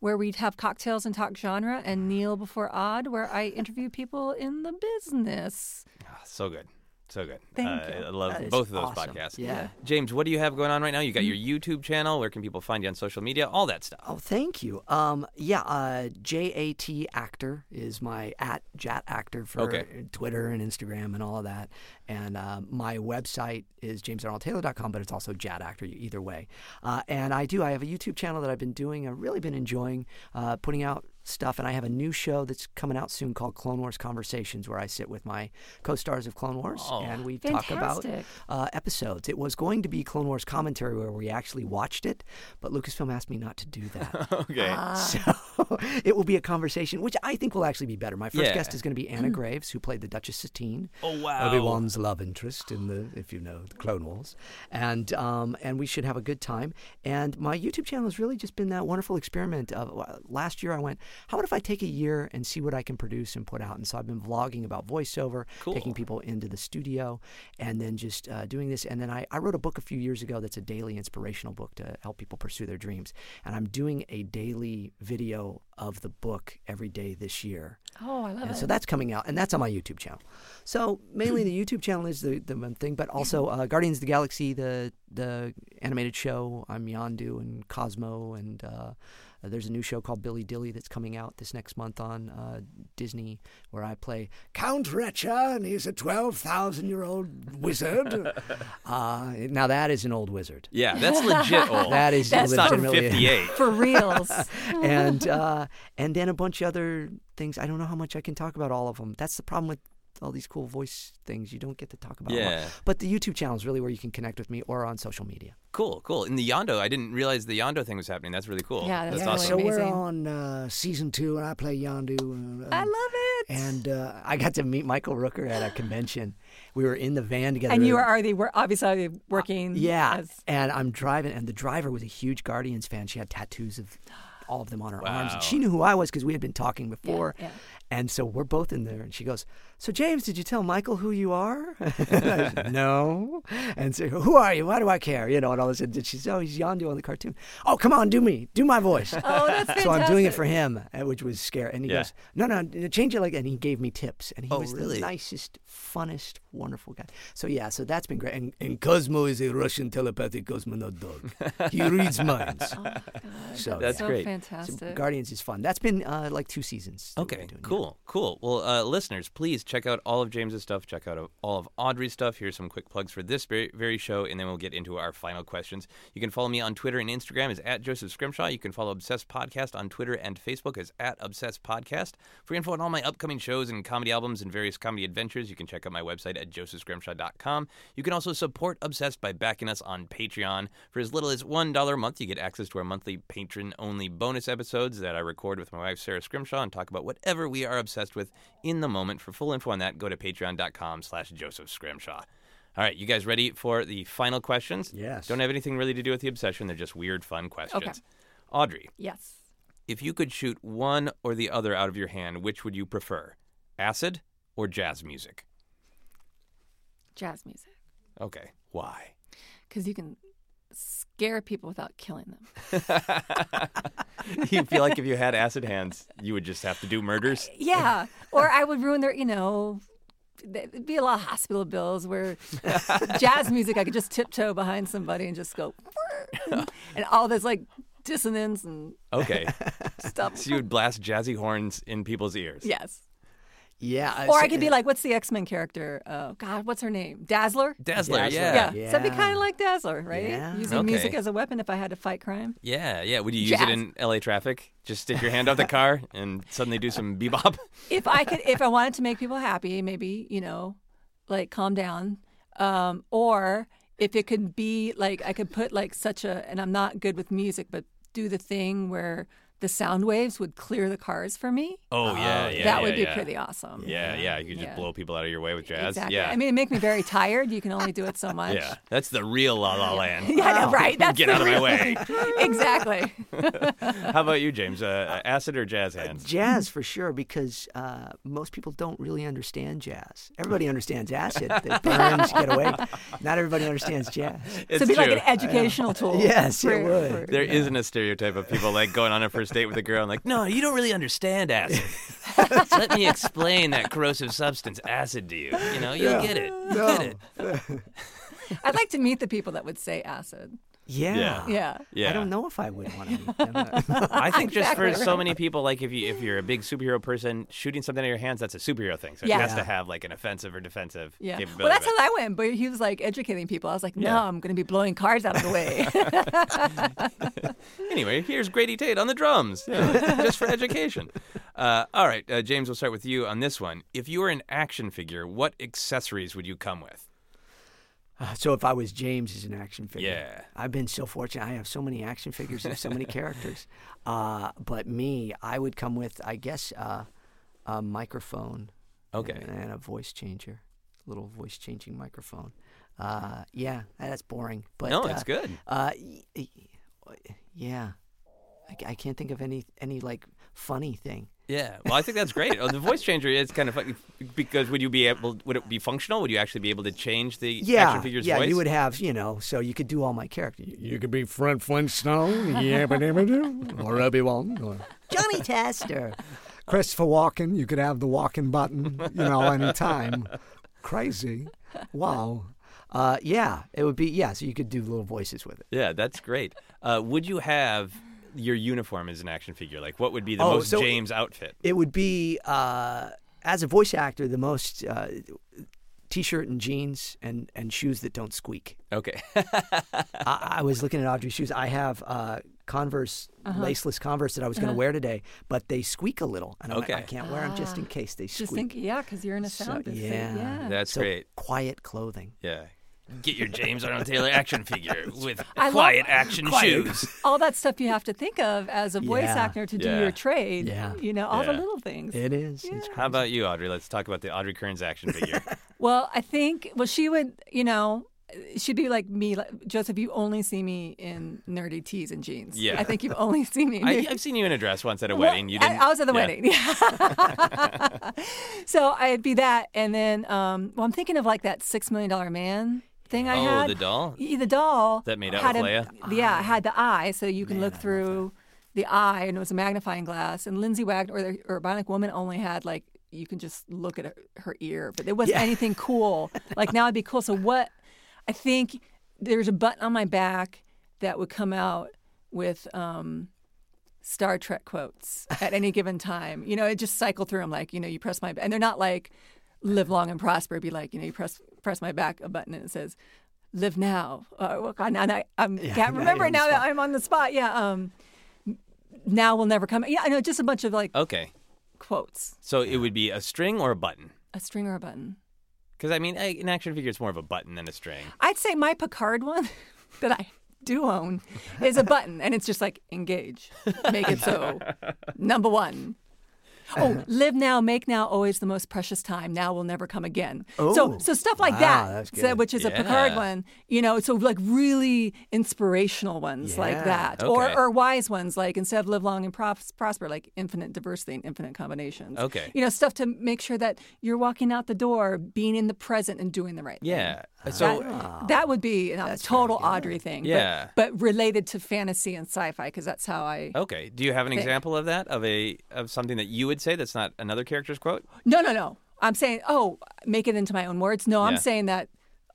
where we have cocktails and talk genre, and Neil Before Odd, where I interview people in the business.
Ah, So good, so good.
Thank
uh,
you.
I love
That is
both of those
awesome.
podcasts.
Yeah. Mm-hmm.
James, what do you have going on right now? You got your YouTube channel. Where can people find you on social media? All that stuff.
Oh, thank you. Um, yeah, uh, JAT actor is my at Jat actor for
Okay.
Twitter and Instagram and all of that. And uh, my website is jamesarnoldtaylor.com, but it's also Jat actor you- either way. Uh, and I do. I have a YouTube channel that I've been doing. I've really been enjoying uh, putting out stuff. And I have a new show that's coming out soon called Clone Wars Conversations, where I sit with my co-stars of Clone Wars
Oh.
and we talk about
Fantastic.
uh, episodes. It was going to be Clone Wars commentary where we actually watched it, but Lucasfilm asked me not to do that.
Okay.
So it will be a conversation, which I think will actually be better. My first
Yeah. Mm.
guest is going to be Anna Graves, who played the Duchess Satine.
Oh, wow.
Obi Wan's love interest in the, if you know, the Clone Wars, and um, and we should have a good time. And my YouTube channel has really just been that wonderful experiment of uh, last year. I went, how about if I take a year and see what I can produce and put out? And so I've been vlogging about voiceover, taking people into the studio, and then just uh, doing this. And then I, I wrote a book a few years ago that's a daily inspirational book to help people pursue their dreams. And I'm doing a daily video of the book every day this year.
Oh, I love
And
it.
Uh-huh.
so that's coming out, and that's on my YouTube channel. So mainly the YouTube channel is the, the main thing, but also uh, Guardians of the Galaxy, the the animated show. I'm Yondu and Cosmo, and uh, there's a new show called Billy Dilly that's coming out this next month on uh, Disney, where I play Count Retcher, and he's a twelve thousand year old wizard. uh, now that is an old wizard.
Yeah, that's legit old.
That is
That's not
legitimately
58.
For reals.
and uh, and then a bunch of other things. I don't know how much I can talk about all of them. That's the problem with all these cool voice things you don't get to talk about. a lot.
Yeah.
But the YouTube channel is really where you can connect with me or on social media.
Cool, cool. In the Yondo, I didn't realize the Yondo thing was happening. That's really cool.
Yeah, that's
that's
really
awesome.
so we're
amazing.
on uh, season two, and I play Yondu. Uh,
I love it.
And uh, I got to meet Michael Rooker at a convention. We were in the van together.
And you are already wor- obviously working.
Uh, Yeah.
as-
And I'm driving, and the driver was a huge Guardians fan. She had tattoos of all of them on her arms.
Wow.
And she knew who I was because we had been talking before.
yeah.
And so we're both in there, and she goes, So, James, did you tell Michael who you are? And I said, no. And so, Who are you? Why do I care? You know, and all this. And she said, Oh, he's Yondu on the cartoon. Oh, come on, do me. Do my voice.
Oh, that's
So I'm doing
fantastic.
it for him, uh, which was scary. And he
Yeah.
goes, "No, no, n- change it like." And he gave me tips, and he
Oh,
was
really?
the nicest, funnest, wonderful guy. So yeah, so that's been great. And, and Cosmo is a Russian telepathic cosmonaut dog. he reads minds.
Oh,
so
That's
so
yeah.
great.
So
fantastic.
Guardians is fun. That's been uh, like two seasons. that we've
Okay,
been doing, yeah.
cool, cool. Well, uh, listeners, please check out all of James's stuff. Check out all of Audrey's stuff. Here's some quick plugs for this very, very show, and then we'll get into our final questions. You can follow me on Twitter and Instagram as at Joseph Scrimshaw. You can follow Obsessed Podcast on Twitter and Facebook as at Obsessed Podcast. For info on all my upcoming shows and comedy albums and various comedy adventures, you can check out my website at josephscrimshaw.com. You can also support Obsessed by backing us on Patreon. For as little as $1 a month, you get access to our monthly patron only bonus episodes that I record with my wife, Sarah Scrimshaw, and talk about whatever we are obsessed with in the moment. For full info on that, go to patreon.com slash Joseph Scrimshaw. All right, you guys ready for the final questions?
Yes.
Don't have anything really to do with the obsession. They're just weird, fun questions. Audrey,
Yes.
if you could shoot one or the other out of your hand, which would you prefer? Acid or jazz music?
Jazz music.
Okay. Why?
Because you can scare people without killing them.
you feel like if you had acid hands, you would just have to do murders?
Yeah. or I would ruin their, you know, there'd be a lot of hospital bills where jazz music, I could just tiptoe behind somebody and just go, and all this like dissonance and
Okay.
stuff.
so you would blast jazzy horns in people's ears.
Yes.
Yeah. uh,
Or
so-
I could be like, what's the X Men character? Oh, God, what's her name? Dazzler?
Dazzler,
Dazzler.
yeah.
yeah.
yeah.
So it'd be
Yeah.
kind of like Dazzler, right?
Yeah.
Using music
Okay.
as a weapon if I had to fight crime.
Yeah, Would you use
Jazz.
it in LA traffic? Just stick your hand out the car and suddenly do some bebop?
if I could, if I wanted to make people happy, maybe you know, like calm down, um, or if it could be like I could put like such a, and I'm not good with music, but do the thing where the sound waves would clear the cars for me.
Oh, yeah,
that
yeah. yeah,
would be
yeah.
pretty awesome.
Yeah, yeah. You could just
Yeah.
blow people out of your way with jazz.
Exactly.
Yeah.
I mean, it make me very tired. You can only do it so much.
yeah. That's the real La La Land.
Yeah, I know, right. That's
Get
the
out of my
real-
way.
exactly.
How about you, James? Uh, acid or jazz hands?
Jazz for sure, because uh, most people don't really understand jazz. Everybody understands acid. It burns, get away. Not everybody understands jazz.
so it'd be like an educational tool.
Yes, it would.
There not a stereotype of people like going on a first date with a girl and like, no, you don't really understand acid. Let me explain that corrosive substance, acid, to you. You know, you'll get it. You'll get it.
I'd like to meet the people that would say acid.
Ah,
Yeah.
Yeah.
Yeah.
I don't know if I would want to meet them.
I think just for
Exactly
so
right.
many people, like if you if you're a big superhero person, shooting something out of your hands, that's a superhero thing. So
Yeah.
it has to have like an offensive or defensive
Yeah.
capability.
Well, that's
but-
how I went. But he was like educating people. I was like, no,
Yeah.
I'm going to be blowing cars out of the way.
anyway, here's Grady Tate on the drums, just for education. Uh, all right, uh, James, we'll start with you on this one. If you were an action figure, what accessories would you come with?
so if I was James as an action figure,
Yeah.
I've been so fortunate. I have so many action figures and so many characters. Uh, but me, I would come with, I guess, uh, a microphone.
Okay.
And, and a voice changer, little voice changing microphone. Uh, yeah, that's boring. But
no,
uh,
it's good.
Uh, y- y- yeah, I, c- I can't think of any any like funny thing.
Yeah. Well, I think that's great. oh, the voice changer is kind of fun because would you be able? Would it be functional? Would you actually be able to change the action figure's
yeah,
voice?
you would have you know, so you could do all my characters.
You could be Fred Flintstone, yeah, but or Obi Wan, or
Johnny Tester.
Christopher Walken. You could have the Walken button, you know, anytime. Crazy, wow.
Uh, yeah, it would be yeah. So you could do little voices with it.
Yeah, that's great. Uh, would you have your uniform as an action figure? Like, what would be the
Oh,
most
so-
James outfit?
It would be uh, as a voice actor the most uh, t-shirt and jeans and and shoes that don't squeak.
Okay.
I, I was looking at Audrey's shoes. I have uh, Converse,
Uh-huh.
laceless Converse that I was going to wear today, but they squeak a little, and I'm
Okay.
like, I can't wear them just in case they
Ah, Just
squeak.
think, yeah, because you're in a
So,
sound booth. so
yeah.
yeah.
That's
so
great.
quiet clothing.
Yeah. Get your James Arnold Taylor action figure with
I love-
quiet action
Quiet.
shoes.
all that stuff you have to think of as a voice
Yeah.
actor to
Yeah.
do your trade.
Yeah.
You know, all the
Yeah.
little things.
It is. It's
How about you, Audrey? Let's talk about the Audrey Kearns action figure.
Well, I think, well, she would, you know, she'd be like me, like, Joseph, you only see me in nerdy tees and jeans.
Yeah.
I think you've only seen me. in
I,
nerdy-
I've seen you in a dress once at a
Well,
wedding. You
I-
didn't.
I, was at the
yeah.
wedding. so I'd be that. And then, um, well, I'm thinking of like that $6 million man thing I
Oh,
had.
the doll?
Y- The doll.
That made out
had
with
a-
Leia?
Yeah, had the eye, so you can look through the eye, and it was a magnifying glass. And Lindsay Wagner, or the Urbanic Woman, only had like, you can just look at her, her ear, but there wasn't anything cool. Like now it'd be cool. So what I think there's a button on my back that would come out with um, Star Trek quotes at any given time. You know, it just cycle through them like, you know, you press my and they're not like live long and prosper. It'd be like, you know, you press press my back a button and it says live now. Uh, well, God, now that I um, can't remember now that I'm on the spot. Yeah. Um, now will never come. Yeah, I know. Just a bunch of like
Okay.
quotes,
So it would be a string or a button.
a string or a button.
Because I mean, a- an action figure is more of a button than a string.
I'd say my Picard one that I do own is a button, and it's just like engage, make it so. Number one. Oh, live now, make now, always the most precious time. Now will never come again. so,
Oh,
so stuff like
wow,
that,
that's
so-
good.
which is a
Yeah.
Picard one, you know. So like really inspirational ones like
Yeah,
that,
okay.
or or wise ones like instead of live long and pros- prosper, like infinite diversity and infinite combinations.
Okay.
you know stuff to make sure that you're walking out the door, being in the present and doing the right thing.
Yeah. So
That, that would be a total Audrey thing. but-
Yeah. Oh.
But, related to fantasy and sci-fi because that's how I.
okay, do you have an example of that of a of something that you would say that's not another character's quote?
No, no, no. I'm saying, oh, make it into my own words. No, I'm
Yeah.
saying that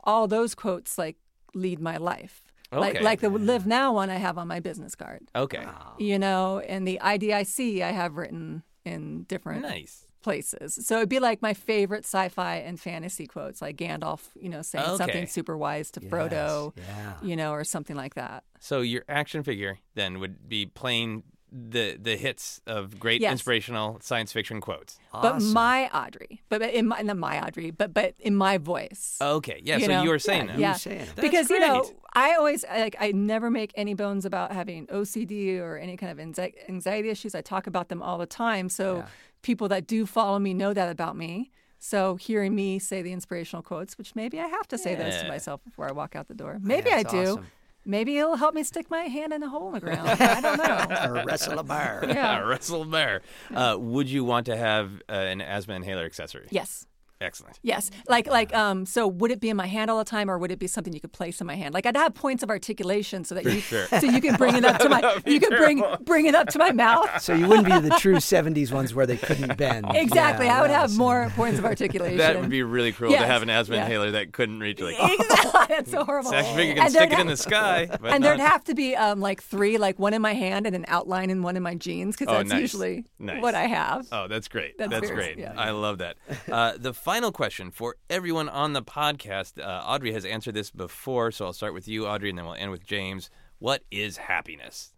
all those quotes like lead my life. Like
Okay.
like the live now one I have on my business card.
Okay.
You know, and the IDIC I have written in different
Nice.
places. So it'd be like my favorite sci-fi and fantasy quotes, like Gandalf, you know, saying
Okay.
something super wise to Frodo,
Yeah.
you know, or something like that.
So your action figure then would be playing the the hits of great
Yes.
inspirational science fiction quotes.
but my Audrey, but but in my not my Audrey, but but in my voice.
Okay. Oh, Yeah. so you were saying that.
yeah.
saying it. That's
because you know
great.
I always I, like I never make any bones about having OCD or any kind of anxi- anxiety issues. I talk about them all the time, so people that do follow me know that about me. So hearing me say the inspirational quotes, which maybe I have to say those to
Yeah.
myself before I walk out the door. Maybe I
that's
do.
awesome.
Maybe it'll help me stick my hand in a hole in the ground. I don't know.
Or wrestle a bar.
Yeah.
Ah, Russell Bear. Uh, would you want to have uh, an asthma inhaler accessory?
Yes.
Excellent.
Yes, like like um. So would it be in my hand all the time, or would it be something you could place in my hand? Like I'd have points of articulation so that you
sure.
so you can bring it up to my you can bring bring it up to my mouth.
So you wouldn't be the true '70s ones where they couldn't bend.
Exactly,
Yeah,
I would
that
have
was-
more points of articulation.
That would be really cruel to
Yes.
have an asthma
Yeah.
inhaler that couldn't reach like.
exactly. That's so horrible.
This action figure can
And
stick
there'd
it in the
ha-
sky. But
And
not...
there'd have to be um like three, like one in my hand and an outline and one in my jeans, because
Oh,
that's
nice.
usually
Nice.
what I have.
Oh, that's great. That's,
That's very-
great.
yeah.
I love that. Uh, the final question for everyone on the podcast uh, Audrey has answered this before, so I'll start with you, Audrey, and then we'll end with James. What is happiness?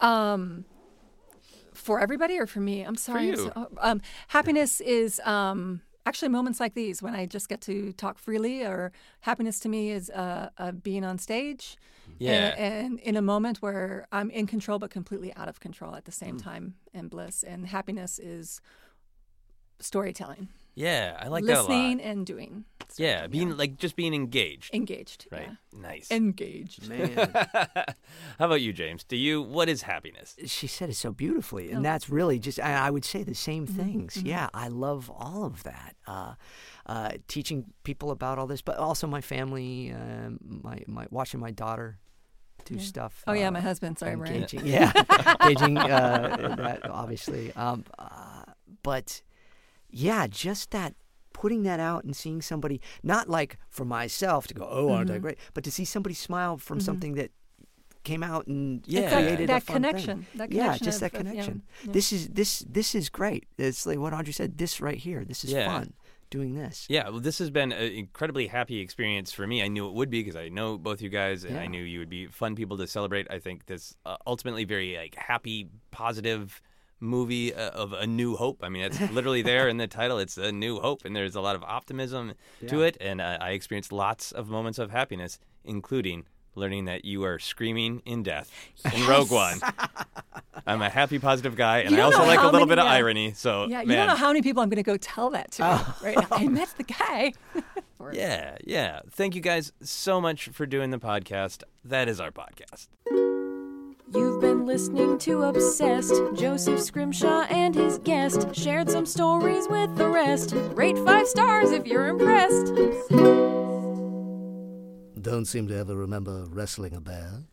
Um, for everybody or for me? I'm sorry. I'm
you.
so- um, happiness is um, actually moments like these when I just get to talk freely, or happiness to me is uh, uh, being on stage.
Yeah.
And, and in a moment where I'm in control but completely out of control at the
Mm.
same time and bliss. And happiness is storytelling,
Yeah, I like
listening
that
and doing,
a lot. Yeah, being like just being engaged.
engaged.
right.
yeah.
Nice.
Engaged.
How about you, James? Do you? What is happiness?
She said it so beautifully,
Oh.
and that's really just. I, I would say the same
Mm-hmm,
things. Yeah, I love all of that. Uh, uh, teaching people about all this, but also my family, uh, my my watching my daughter do stuff.
Oh, yeah,
uh,
my husband. Sorry, Brian.
engaging. Yeah, engaging uh, that obviously. Um, uh, but yeah, just that putting that out and seeing somebody not like for myself to go, oh, aren't
Mm-hmm.
I great, but to see somebody smile from something that came out and
It's like
created a
that
fun thing.
connection, that
yeah,
connection
just
of-
that
of- yeah,
connection.
yeah.
This is this this is great. It's like what Audrey said. This right here. This is
Yeah.
fun. doing this.
Yeah, well, this has been an incredibly happy experience for me. I knew it would be because I know both you guys, and I
Yeah.
knew you would be fun people to celebrate. I think this uh, ultimately very like happy, positive movie uh, of a new hope. I mean, it's literally there in the title. It's a new hope, and there's a lot of optimism to
Yeah.
it. And uh, I experienced lots of moments of happiness, including learning that you are screaming in death in Rogue One. I'm a happy, positive guy, and
You
I
don't
also
know
like a
how
little
many-
bit of
yeah.
irony. So
Yeah, you
man. Oh.
don't know how many people I'm going to go tell that to right now. I met the guy.
Yeah, yeah. Thank you guys so much for doing the podcast. That is our podcast.
You've been listening to Obsessed. Joseph Scrimshaw and his guest shared some stories with the rest. Rate five stars if you're impressed.
Don't seem to ever remember wrestling a bear.